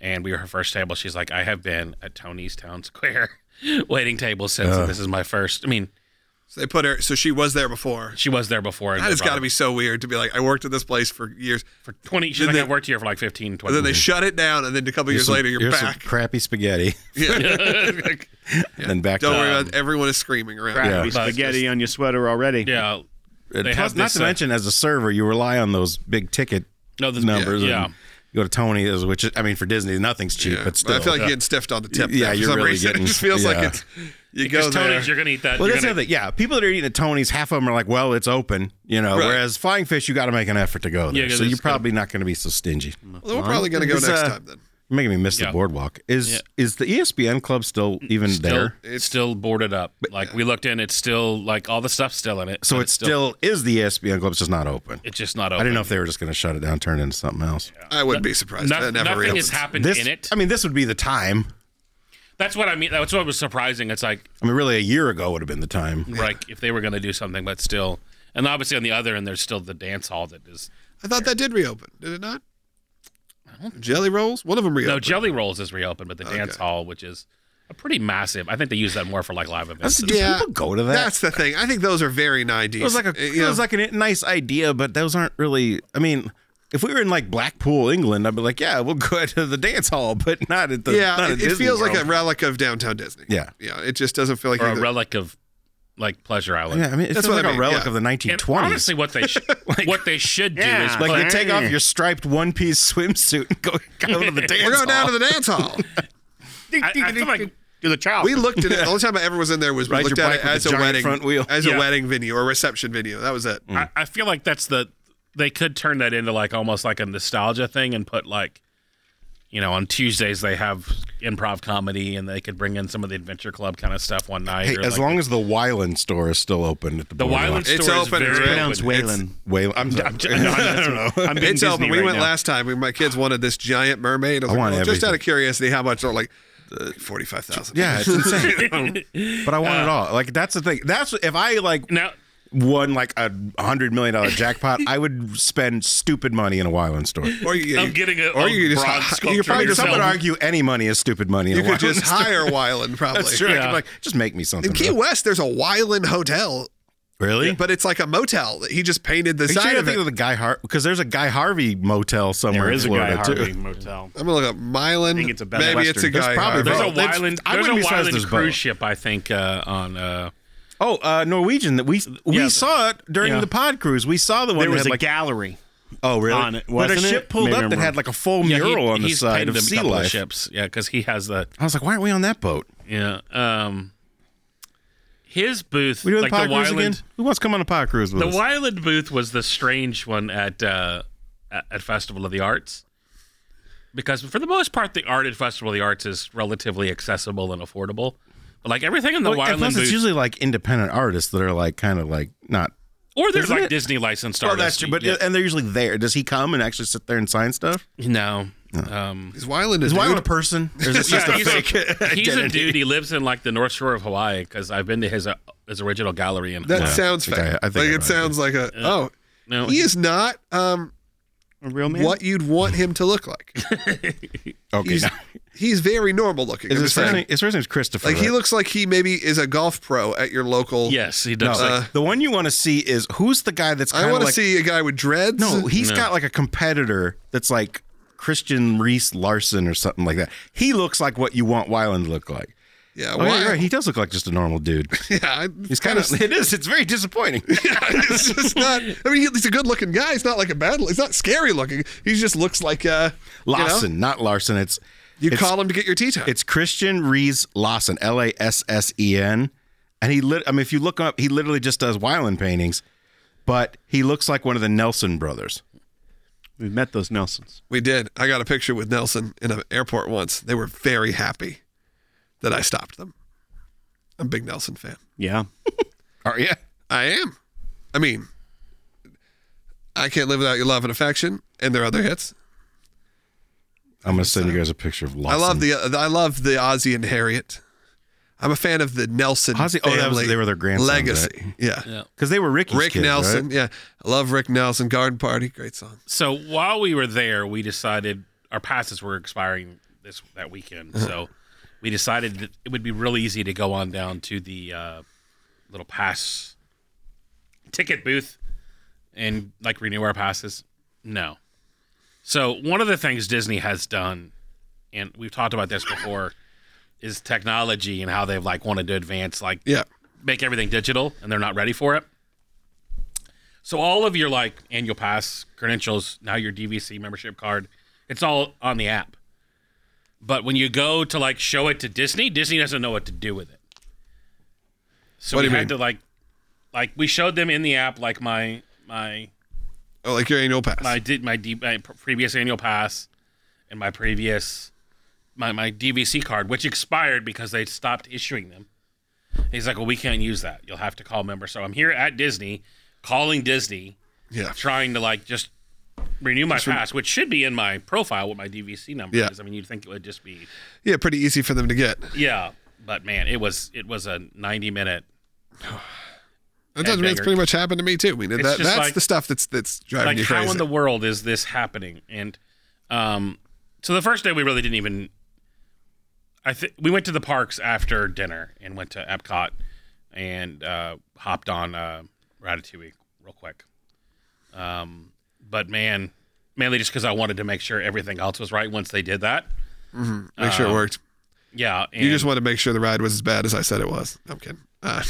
S4: and we were her first table. She's like, I have been at Tony's Town Square waiting table since and this is my first. I mean,
S2: so they put her. So she was there before.
S4: she was there before. and
S2: That
S4: they
S2: has got
S4: brought-
S2: to be so weird to be like, I worked at this place for years,
S4: for twenty. She's
S2: Then
S4: like,
S2: they-
S4: I worked here for like 15, 20
S2: and then they shut it down, and then a couple years later, you're
S3: here's
S2: back.
S3: Some crappy spaghetti.
S2: Yeah.
S3: and then back
S2: Don't
S3: to
S2: worry about it. everyone is screaming around.
S5: Crappy
S3: Um, Yeah.
S5: spaghetti on your sweater already.
S4: Yeah,
S3: And
S4: They
S3: plus,
S4: have
S3: not
S4: this,
S3: to
S4: uh,
S3: mention, as a server, you rely on those big ticket
S4: no, this
S3: numbers.
S4: Yeah,
S3: and You go to Tony's, which is- I mean, for Disney, nothing's cheap,
S2: Yeah.
S3: but still.
S2: I feel like you're getting stiffed on the tip.
S3: Yeah,
S2: there for
S3: you're
S2: some
S3: really
S2: reason.
S3: getting-
S2: it just feels like
S3: yeah.
S2: it's you go
S4: because
S2: there.
S4: Tony's, you're gonna eat that.
S3: well,
S4: you're
S3: that's the
S4: gonna-
S3: other thing. Yeah, people that are eating at Tony's, half of them are like, "Well, it's open," you know.
S2: Right.
S3: Whereas Flying Fish, you got to make an effort to go there,
S4: Yeah, 'cause
S3: so you're
S4: it's gonna-
S3: probably not going to be so stingy.
S2: Well, we're probably gonna go
S3: It's,
S2: next
S3: uh,
S2: time then.
S3: You're making me miss
S4: Yeah.
S3: the boardwalk. Is
S4: Yeah.
S3: is the E ESPN club still even
S4: Still,
S3: there?
S4: it's still boarded up. Like we looked in, it's still like all the stuff's still in it.
S3: So
S4: but
S3: it still, is the E ESPN club, it's just not open.
S4: it's just not open.
S3: I didn't know if they were just going to shut it down, turn it into something else.
S2: I wouldn't be surprised.
S4: No-
S2: that never
S4: nothing
S2: reopens.
S4: has happened
S3: This,
S4: in it.
S3: I mean, this would be the time.
S4: That's what I mean. That's what was surprising. It's like
S3: I mean, really, a year ago would have been the time.
S4: like if they were going to do something, but still, and obviously on the other end, there's still the dance hall that is.
S2: I thought that did reopen. Did it not? Jelly rolls. One of them reopened.
S4: No, Jelly Rolls is reopened, but the dance hall, which is a pretty massive. I think they use that more for like live events.
S3: Do people go to that?
S2: That's the thing. I think those are very 90s.
S3: it was like a
S2: You
S3: it
S2: know,
S3: was like a nice idea, but those aren't really. I mean, if we were in like Blackpool, England, I'd be like, yeah, we'll go to the dance hall, but not at the.
S2: yeah,
S3: not
S2: it,
S3: at
S2: it
S3: Disney
S2: feels like a
S3: World.
S2: relic of downtown Disney.
S3: Yeah.
S2: yeah. It just doesn't feel like
S4: or a
S2: either-
S4: relic of like Pleasure Island.
S3: Yeah, I mean, it's
S2: That's what
S3: like
S2: I
S3: a
S2: mean,
S3: relic
S2: yeah.
S3: of the
S4: And
S3: 1920s.
S4: honestly, what they sh- what they should do
S5: Yeah.
S4: is
S3: like
S4: play-
S3: you take off your striped one-piece swimsuit and go, go to the dance.
S2: We're going down
S3: hall.
S2: to the dance hall.
S4: I, I feel like
S5: Do the child.
S2: We looked at it. The only time I ever was in there was we
S3: Ride
S2: looked
S3: your
S2: at
S3: bike
S2: it
S3: with
S2: as
S3: the
S2: a
S3: giant
S2: wedding
S3: front wheel. Mm.
S2: as a
S4: Yeah.
S2: wedding venue or reception venue. That was it.
S4: I, I feel like that's the they could turn that into like almost like a nostalgia thing and put like you know on Tuesdays they have improv comedy and they could bring in some of the adventure club kind of stuff one night.
S3: Hey,
S4: or,
S3: as
S4: like,
S3: long as the Wyland store is still open at the
S4: the Wyland store
S2: It's
S4: is
S2: open,
S4: very
S2: it's
S5: Pronounce
S4: open.
S5: Waylon.
S3: Wyland, I'm, I'm, I don't know.
S5: I'm being
S2: It's
S5: Disney
S2: open. We
S5: right
S2: went
S5: now.
S2: last time. We, my kids wanted this giant mermaid. I was
S3: I
S2: like,
S3: want
S2: well, just
S3: everything.
S2: out of curiosity, how much? They're like, forty-five thousand.
S3: Yeah, it's insane. but I want it all. Like that's the thing. That's if I like
S4: Now
S3: won like a hundred million dollar jackpot, I would spend stupid money in a Wyland store.
S2: Or you,
S4: I'm getting a,
S2: or
S4: a
S2: you could just
S4: bronze
S2: hi- you could
S4: sculpture
S2: probably
S4: of
S2: just-
S3: Some
S4: yourself.
S3: would argue any money is stupid money. In
S2: you
S3: a
S2: could
S3: Wyland
S2: just
S3: store.
S2: hire Wyland probably.
S3: That's true. I
S4: Yeah.
S3: could, like just make me something.
S2: In Key
S3: bro.
S2: West, there's a Wyland hotel,
S3: really?
S2: but it's like a motel that he just painted the
S3: Are you sure
S2: side
S3: you
S2: of
S3: think of
S2: it.
S3: the Guy Har because there's a Guy Harvey motel somewhere
S5: There
S3: in
S5: is a
S3: Florida
S5: Guy
S3: too.
S5: Harvey motel.
S2: I'm gonna look up Mylan.
S5: think it's a Best
S2: Maybe it's a
S5: Western. There's
S2: guy.
S3: probably
S2: Harbor.
S4: There's a
S3: boat. That's-
S4: Wyland,
S3: I
S4: there's a
S3: wouldn't be surprised
S4: Wyland
S3: there's
S4: cruise
S3: both.
S4: ship, I think, uh, on uh,
S3: Oh, uh, Norwegian that we we
S4: Yeah.
S3: saw it during
S5: Yeah.
S3: the pod cruise. We saw the one
S5: There
S3: that
S5: was
S3: had
S5: a
S3: like
S5: gallery.
S3: oh really?
S5: on it,
S3: But a
S5: wasn't
S3: ship
S5: it?
S3: pulled
S5: Maybe
S3: up
S5: I'm
S3: that had
S5: wrong.
S3: like a full
S4: yeah, he-
S3: mural on the
S4: he's
S3: side
S4: painted
S3: of
S4: a
S3: Sea
S4: couple
S3: Life.
S4: ships, yeah, because he has the
S3: I was like, why aren't we on that boat?
S4: yeah. Um, his booth,
S3: We doing
S4: like
S3: the pod
S4: the
S3: cruise
S4: Wyland,
S3: again? Who wants to come on a pod cruise with
S4: The
S3: us?
S4: Wyland booth was the strange one at uh, at at Festival of the Arts because for the most part, the art at Festival of the Arts is relatively accessible and affordable. But like everything in the
S3: Well, and
S4: Wyland
S3: plus,
S4: booth,
S3: it's usually like independent artists that are like kind of like not.
S4: or there's
S3: isn't
S4: like
S3: it?
S4: Disney licensed
S3: Oh, that's
S4: artists.
S3: true. But
S4: yeah.
S3: and they're usually there. Does he come and actually sit there and sign stuff?
S4: no, um,
S2: Is Wyland a
S3: Is Wyland a
S2: dude?
S3: person? Or is this just
S4: yeah,
S3: a
S4: he's,
S3: fake?
S4: a, he's a
S3: identity?
S4: dude. He lives in like the North Shore of Hawaii because I've been to his uh, his original gallery in.
S2: That
S4: Hawaii.
S2: sounds
S3: I think
S2: fake.
S3: I- I think I
S2: like
S3: know
S2: it
S3: that.
S2: sounds like a oh.
S4: no,
S2: He is not um,
S5: A real man.
S2: what you'd want him to look like.
S3: Okay.
S2: He's, he's very normal looking.
S3: Is
S2: I'm
S3: his
S2: just
S3: first
S2: saying.
S3: name? His first name's Christopher.
S2: Like he
S3: right?
S2: looks like he maybe is a golf pro at your local.
S4: yes, he
S3: No, uh,
S4: does. like,
S3: the one you want to see is who's the guy that's.
S2: uh, I
S3: kinda
S2: want to
S3: like,
S2: see a guy with dreads.
S3: No, he's got like a competitor that's like Christian Reese Larson or something like that. He looks like what you want Wyland to look like.
S2: yeah,
S3: Oh, yeah,
S2: why?
S3: you're right. He does look like just a normal dude.
S2: yeah, I-
S3: He's kind of. It is. It's very disappointing.
S2: it's just not. I mean, he's a good-looking guy. He's not like a bad. He's not scary looking. He just looks like uh,
S3: Lawson, not Larson. It's
S2: You, know, you
S3: it's,
S2: call him to get your tea time.
S3: It's Christian Reese Lawson, L A S S E N, and he. Lit, I mean, if you look up, he literally just does Wyland paintings, but he looks like one of the Nelson brothers.
S5: We met those Nelsons.
S2: we did. I got a picture with Nelson in an airport once. They were very happy that I stopped them. I'm a big Nelson fan.
S5: Yeah.
S3: Are you?
S2: I am. I mean, I can't live without your love and affection, and their other hits.
S3: I'm gonna send you guys a picture of
S2: I
S3: Lawson.
S2: love the uh, I love the Ozzy and Harriet. I'm a fan of the Nelson
S3: Ozzy- oh,
S2: family.
S3: that was- they were their grandsons,
S2: legacy. Yeah.
S4: Yeah.
S3: because they were Ricky's
S2: Rick
S3: kids,
S2: Nelson.
S3: right?
S2: Yeah, I love Rick Nelson. Garden Party, great song.
S4: So while we were there, we decided our passes were expiring this that weekend. So we decided that it would be real easy to go on down to the uh, little pass ticket booth and like renew our passes. No. So one of the things Disney has done, and we've talked about this before, is technology and how they've like wanted to advance like
S2: Yeah,
S4: make everything digital and they're not ready for it. So all of your like annual pass credentials, now your DVC membership card, it's all on the app. But when you go to like show it to Disney, Disney doesn't know what to do with it. So
S2: What do
S4: we
S2: you
S4: had
S2: mean?
S4: to like like we showed them in the app like my my
S2: oh, like your annual pass.
S4: my did my, D, my pr- previous annual pass and my previous my my DVC card, which expired because they stopped issuing them. And he's like, "Well, we can't use that. You'll have to call member." So I'm here at Disney, calling Disney,
S2: yeah,
S4: trying to like just renew my pass, which should be in my profile with my DVC number
S2: Yeah.
S4: is. I mean, you'd think it would just be
S2: yeah, pretty easy for them to get.
S4: yeah, but man, it was it was a 90 minute
S2: That doesn't mean it's
S4: Headbanger.
S2: pretty much happened to me too. I mean, that,
S4: just
S2: that's
S4: like-
S2: the stuff that's that's driving
S4: like
S2: you
S4: how
S2: crazy.
S4: in the world is this happening and um so the first day we really didn't even i think we went to the parks after dinner and went to epcot and uh hopped on uh ratatouille real quick um but man mainly just because i wanted to make sure everything else was right once they did that
S2: make sure it worked.
S4: yeah and
S2: You just want to make sure the ride was as bad as I said it was. I'm kidding. Uh,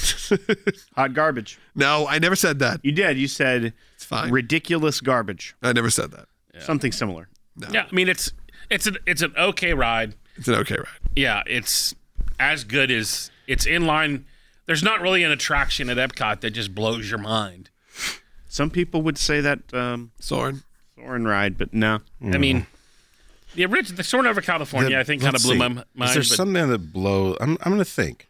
S5: Hot garbage.
S2: no, I never said that.
S5: You did. You said
S2: It's fine.
S5: ridiculous garbage.
S2: I never said that.
S5: Something similar.
S4: yeah i mean it's it's an it's an okay ride
S2: It's an okay ride.
S4: yeah, it's as good as it's in line. There's not really an attraction at Epcot that just blows your mind.
S5: Some people would say that um,
S2: Soren.
S5: Soren ride, but no.
S4: I mean, the original, the Soarin' over California,
S3: The-
S4: I think, kind of
S3: Mm-hmm. let's see.
S4: blew my m- mind.
S3: Is there
S4: but
S3: something that blows? I'm, I'm gonna think.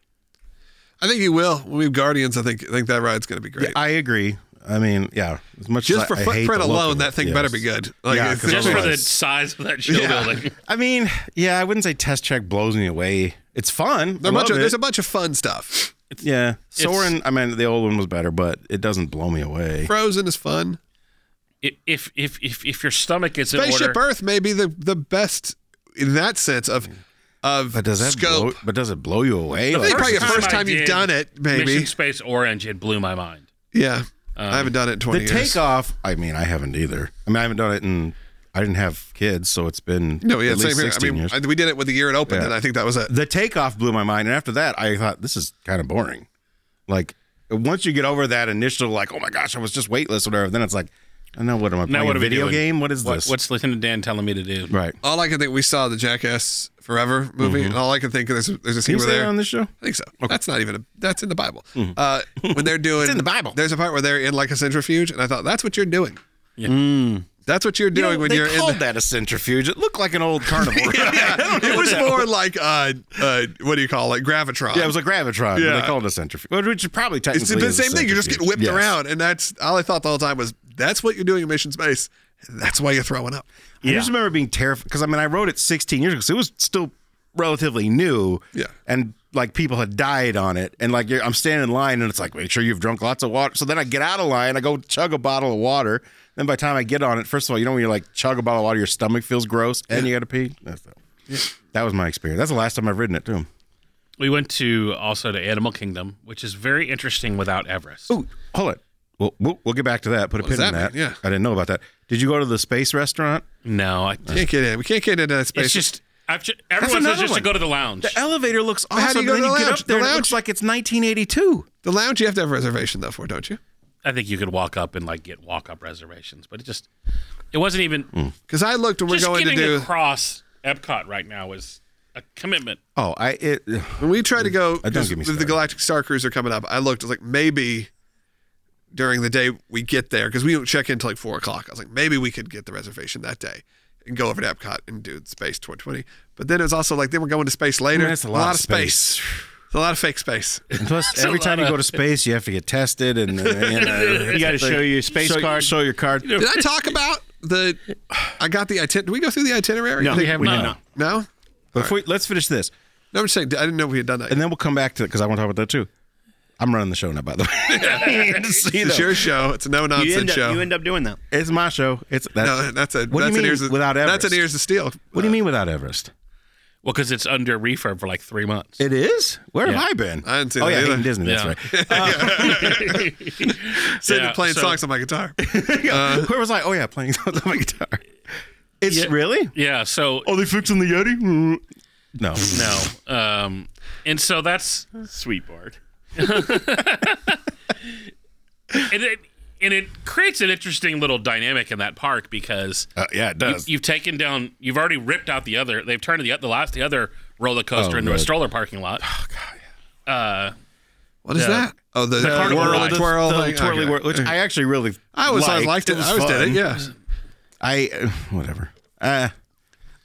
S2: I think you will. When we have Guardians, I think I think that ride's going to be great.
S3: I agree. I mean, yeah. As much as
S2: Just
S3: I-
S2: for
S3: I hate
S2: footprint
S3: the look
S2: alone,
S3: of
S2: that
S3: it,
S2: thing
S3: yes.
S2: better be good. Like,
S3: Yeah,
S2: it's,
S3: 'cause
S4: just for the
S3: Otherwise-
S4: size of that show
S2: Yeah.
S4: building,
S3: I mean, yeah. I wouldn't say Test Track blows me away. It's fun.
S2: there are
S3: I
S2: a bunch
S3: love
S2: of,
S3: it.
S2: there's a bunch of fun stuff.
S3: yeah. Soren. I mean, the old one was better, but it doesn't blow me away.
S2: Frozen is fun.
S4: I- if if if if your stomach is in
S2: Spaceship
S4: order,
S2: Earth may be the, the best in that sense of of
S3: But does that
S2: scope.
S3: blow? But does it blow you away?
S4: The
S2: I think probably the
S4: First
S2: first
S4: time I
S2: time you've
S4: did
S2: done it, maybe.
S4: Mission Space Orange, it blew my mind.
S2: Yeah,
S4: Um,
S2: I haven't done it in
S3: the
S2: 20 years.
S3: takeoff. I mean, I haven't either. I mean, I haven't done it in. I didn't have kids, so it's been
S2: No, yeah,
S3: at
S2: same
S3: least
S2: here. I
S3: 16
S2: mean,
S3: years.
S2: I- we did it with the year it opened,
S3: Yeah.
S2: and I think that was it.
S3: the takeoff blew my mind, and after that, I thought this is kind of boring. Like once you get over that initial, like, oh my gosh, I was just weightless, or whatever. Then it's like, I know what am I
S4: Now
S3: playing?
S4: what
S3: a
S4: are we
S3: video
S4: doing?
S3: game? What is
S4: What,
S3: this?
S4: what's Lieutenant Dan telling me to do?
S3: right?
S2: All I can think, we saw the Jackass Forever movie, and all I can think is there's a
S3: Can
S2: scene
S3: Mm-hmm. you
S2: where
S3: say that
S2: they're.
S3: on this show?
S2: I think so. That's not even a. That's in the Bible. Uh, when they're doing, it's
S3: in the Bible.
S2: There's a part where they're in like a centrifuge, and I thought that's what you're doing.
S4: Yeah.
S2: That's what you're doing
S3: Mm. You know,
S2: when
S3: they
S2: you're in.
S3: called
S2: The,
S3: that a centrifuge. It looked like an old carnival.
S2: yeah, it was more like uh, uh, what do you call it? Gravitron.
S3: Yeah, it was a gravitron. Yeah.
S2: Yeah.
S3: They called it a centrifuge, Well, which is probably
S2: It's
S3: technically
S2: the
S3: is a
S2: same thing. You're just getting whipped
S3: centrifuge. Yes.
S2: around, and that's all I thought the whole time was that's what you're doing in mission space. And that's why you're throwing up.
S3: I just remember being terrified because I mean I wrote it 16 years ago, so it was still relatively new.
S2: Yeah.
S3: and like people had died on it, and like you're, I'm standing in line, and it's like make sure you've drunk lots of water. So then I get out of line, I go chug a bottle of water. Then by the time I get on it, first of all, you know when you're like chug a bottle of water, your stomach feels gross, and you got to pee. That's the, That was my experience. That's the last time I've ridden it too.
S4: We went to also to Animal Kingdom, which is very interesting without Everest.
S3: Ooh, hold it. We'll, we'll, we'll get back to that. Put a
S2: does
S3: pin in
S2: that
S3: that.
S2: mean? Yeah.
S3: I didn't know about that. Did you go to the space restaurant?
S4: No, I,
S2: Can't get in. We can't get into that space.
S4: it's just I've ju- everyone says
S3: another
S4: just
S3: one.
S4: to go to the lounge.
S3: The elevator looks awesome.
S2: Oh, how do you go to
S3: and then
S2: the lounge?
S3: you get up
S2: The
S3: there, and it
S2: lounge-
S3: looks like it's 1982.
S2: the lounge you have to have a reservation though for, don't you?
S4: I think you could walk up and like get walk up reservations, but it just it wasn't even
S2: Because I looked and we're
S4: Mm. just
S2: going to
S4: getting
S2: do
S4: across Epcot right now is a commitment.
S3: Oh, I it.
S2: when we tried to go
S3: Mm. Uh, don't
S2: 'cause
S3: get me
S2: with the
S3: started.
S2: Galactic Star Cruiser coming up. I looked. I was like, maybe during the day we get there because we don't check in till like four o'clock. I was like, maybe we could get the reservation that day and go over to Epcot and do Space 2020. But then it was also like then we're going to space later.
S3: Man, that's a lot of space.
S2: It's a lot of fake space.
S3: And plus, every time you go to space, you have to get tested, and, and, uh,
S5: You got to show your space
S3: show,
S5: card.
S3: Show your card.
S2: Did I talk about the I got the itinerary. Did we go through the itinerary?
S5: No.
S2: I think-
S4: have
S3: we
S4: not.
S3: did not.
S2: no?
S3: But if we, let's finish this,
S2: No, I'm just saying. I didn't know we had done that.
S3: and then we'll come back to it because I want to talk about that too. I'm running the show now, by the way. Just so you
S2: it's
S3: know.
S2: your show. It's a no
S5: You
S2: nonsense
S5: end,
S2: show.
S5: up, you end up doing that.
S3: It's my show. It's that's,
S2: no, that's a
S3: What do
S2: that's
S3: you
S2: an
S3: mean
S2: ears of,
S3: without
S2: That's an
S3: Everest?
S2: ears of steel.
S3: What do you mean without Everest?
S4: Well, because it's under refurb for like three months.
S3: It is. Where
S4: Yeah.
S3: have I been?
S2: I didn't see
S3: oh
S2: that
S3: yeah,
S2: either.
S3: Hayden Disney.
S4: Yeah.
S3: That's right.
S2: Sitting
S4: Yeah,
S2: there playing
S4: so-
S2: songs on my guitar. Uh,
S3: Where was I? Oh yeah, playing on my guitar. It's
S4: Yeah.
S3: really.
S4: Yeah. So
S3: Are they fixing the Yeti? Mm. No.
S4: no. Um, and so that's
S5: Sweet Bart.
S4: and it and it creates an interesting little dynamic in that park because
S3: Uh, yeah, it does.
S4: you've taken down, you've already ripped out the other. They've turned the the last the other roller coaster
S3: Oh,
S4: into a
S3: right.
S4: stroller parking lot. Oh god. Uh,
S2: What is
S4: Yeah.
S2: that? Oh, the,
S4: carnival
S2: whirl,
S4: ride.
S2: twirl
S3: the
S2: thing?
S3: twirly
S2: Okay.
S3: whirl, which I actually really.
S2: I always liked, it.
S3: was
S2: I always did it.
S3: fun.
S2: Yeah.
S3: I uh, whatever. Uh,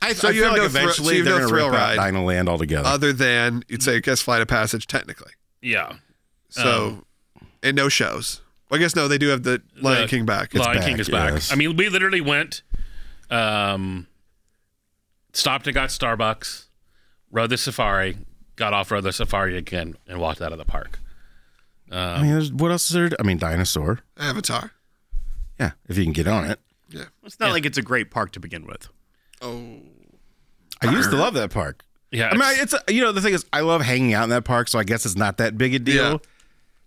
S3: I, I
S2: you
S3: feel
S2: have
S3: like
S2: no thrill- so
S3: eventually
S2: you have
S3: they're
S2: no
S3: going to
S2: thrill
S3: rip
S2: ride. Uh,
S3: out Dino Land altogether.
S2: Other than you'd say, I guess Flight of Passage technically.
S4: yeah.
S2: So,
S3: Oh.
S2: and no shows. Well, I guess no, they do have the Lion
S4: The
S2: King back.
S4: Lion
S3: back,
S4: King is back.
S3: yes.
S4: I mean, we literally went, um, stopped and got Starbucks, rode the safari, got off, rode the safari again, and walked out of the park.
S3: I mean, there's, what else is there? I mean, dinosaur.
S2: Avatar.
S3: Yeah, if you can get on it.
S5: It's not like it's a great park to begin with.
S2: Oh,
S3: I used to love that park.
S4: Yeah,
S3: I mean, I- it's you know the thing is, I love hanging out in that park, so I guess it's not that big a deal.
S2: Yeah.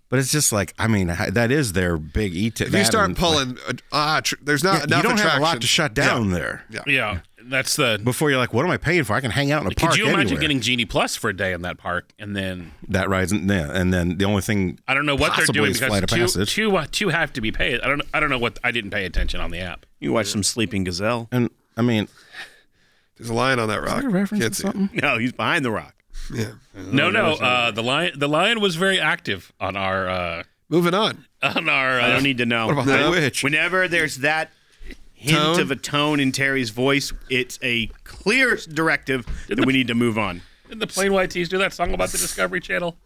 S3: But it's just like, I mean, I- that is their big E eat.
S2: if you start pulling, uh, ah, tr- there's not
S3: yeah, you
S2: enough
S3: don't have a lot
S2: attractions.
S3: to shut down there.
S4: yeah, that's the.
S3: Before you're like, what am I paying for? I can hang out in a park.
S4: Could you imagine
S3: anywhere.
S4: getting Genie Plus for a day in that park, and then
S3: that rides? in- Yeah, and then the only thing
S4: I don't know what
S3: Possibly
S4: they're doing
S3: it's
S4: because
S3: Flight of
S4: two,
S3: Passage.
S4: two, uh, two have to be paid. I don't, I don't know what I didn't pay attention on the app.
S5: You watch some Sleeping Gazelle.
S3: And I mean,
S2: There's a lion on that rock. Can't see it.
S5: No, he's behind the rock.
S2: Yeah.
S3: Oh,
S4: No, no, uh, the lion, the lion was very active on our, uh,
S2: Moving on.
S4: on our. Uh,
S5: I don't need to know.
S2: about that?
S3: Which?
S5: Whenever there's that hint
S2: Tone?
S5: of a tone in Terry's voice, it's a clear directive that we need to move on.
S4: didn't the plain white tees do that song about the Discovery Channel?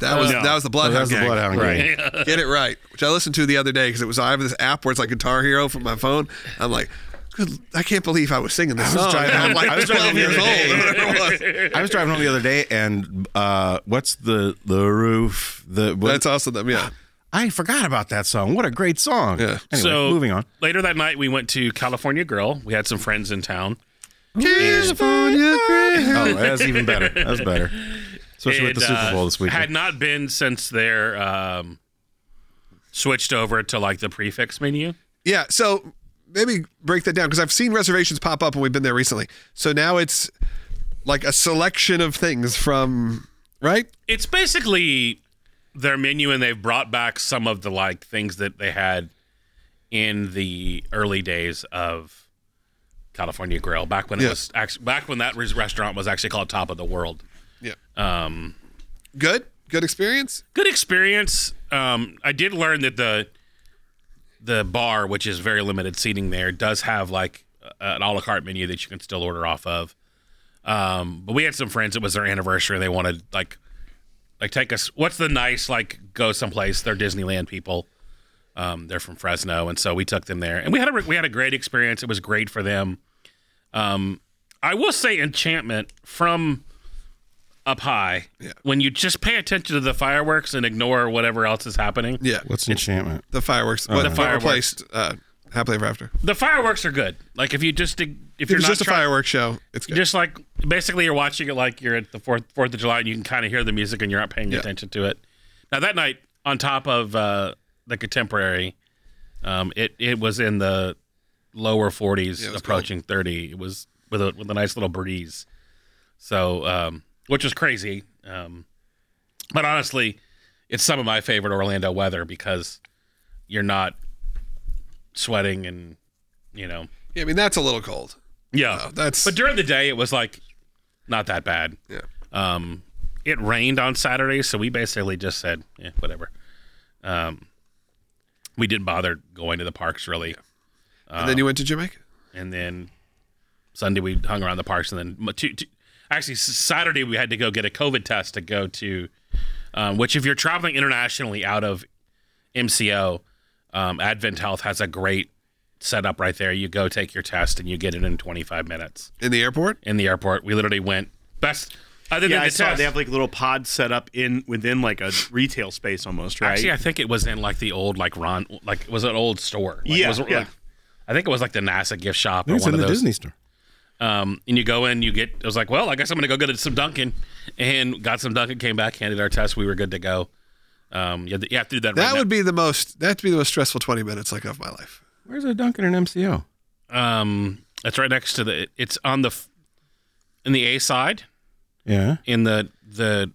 S2: That was
S5: no.
S2: that was the
S3: Oh,
S2: Bloodhound.
S3: that was the
S2: Gang.
S3: Bloodhound Gang.
S2: Get it right, which I listened to the other day because it was I have this app where it's like Guitar Hero from my phone. I'm like, "Good- I can't believe I was singing this song.
S3: driving-
S2: I'm like
S3: I was
S2: 12
S3: driving
S2: years
S3: the
S2: old.
S3: other day.
S2: or whatever it was.
S3: I was driving home the other day, and uh, what's the the roof? The what,
S2: That's awesome. Them, yeah.
S3: I forgot about that song. What a great song!
S2: Yeah.
S3: Anyway, moving on.
S4: Later that night, we went to California Grill. We had some friends in town.
S2: California Grill.
S3: Oh, that's even better. That's better. Especially with the
S4: And,
S3: Super
S4: uh,
S3: Bowl this weekend.
S4: Had not been since their um, switched over to like the prefix menu.
S2: Yeah. So maybe break that down because I've seen reservations pop up and we've been there recently. So now it's like a selection of things from right.
S4: It's basically their menu, and they've brought back some of the like things that they had in the early days of California Grill, back when it
S2: Yeah.
S4: was act- back when that res- restaurant was actually called Top of the World.
S2: Yeah.
S4: Um,
S2: Good. Good experience.
S4: good experience. Um, I did learn that the the bar, which is very limited seating there, does have like a- an a la carte menu that you can still order off of. Um, but we had some friends; it was their anniversary, and they wanted like like take us. What's the nice like go someplace? They're Disneyland people. Um, they're from Fresno, and so we took them there, and we had a re- we had a great experience. It was great for them. Um, I will say, Enchantment from up high when you just pay attention to the fireworks and ignore whatever else is happening.
S2: Yeah.
S3: What's enchantment?
S2: The fireworks. what,
S4: The
S2: what
S4: fireworks.
S2: replaced uh, Happily Ever After.
S4: The fireworks are good. Like if you just if
S2: If
S4: you're
S2: it's
S4: not
S2: just a
S4: trying-
S2: fireworks show, it's good.
S4: just like basically you're watching it like you're at the fourth Fourth of July and you can kind of hear the music and you're not paying attention to it. Now that night, on top of uh, the contemporary, um, it it was in the lower 40s,
S2: it was
S4: approaching 30. It was with a with a nice little breeze, so um, which was crazy. Um, but honestly, it's some of my favorite Orlando weather because you're not sweating and you know
S2: yeah, I mean that's a little cold.
S4: yeah
S2: Uh, That's
S4: but during the day, it was like not that bad.
S2: Yeah.
S4: Um, it rained on Saturday, so we basically just said, eh, whatever. Um, we didn't bother going to the parks really,
S2: and then you went to Jamaica.
S4: and then Sunday we hung around the parks, and then mo- two, two, actually s- Saturday we had to go get a COVID test to go to, um, which if you're traveling internationally out of MCO, um, Advent Health has a great set up right there. You go take your test and you get it in 25 minutes
S2: in the airport.
S4: in the airport. We literally went best. Other
S7: Yeah,
S4: than
S7: I
S4: the
S7: saw
S4: test,
S7: they have like little pods set up in within like a retail space almost, right?
S4: Actually, I think it was in like the old like Ron, like it was an old store. Like, it
S7: Yeah,
S4: was, like-
S7: yeah.
S4: I think it was like the NASA gift shop or
S3: It's
S4: one
S3: in
S4: of
S3: the
S4: those.
S3: Disney store.
S4: Um, and you go in, you get. I was like, well, I guess I'm gonna go get some Dunkin', and got some Dunkin'. Came back, handed our test. We were good to go. Um, you have to, you have to do that.
S2: That
S4: right
S2: would be the most. That'd be the most stressful twenty minutes like of my life.
S3: Where's a Dunkin' and MCO?
S4: be. Um, it's right next to the. It's on the, f- in the A side,
S3: Yeah.
S4: in the the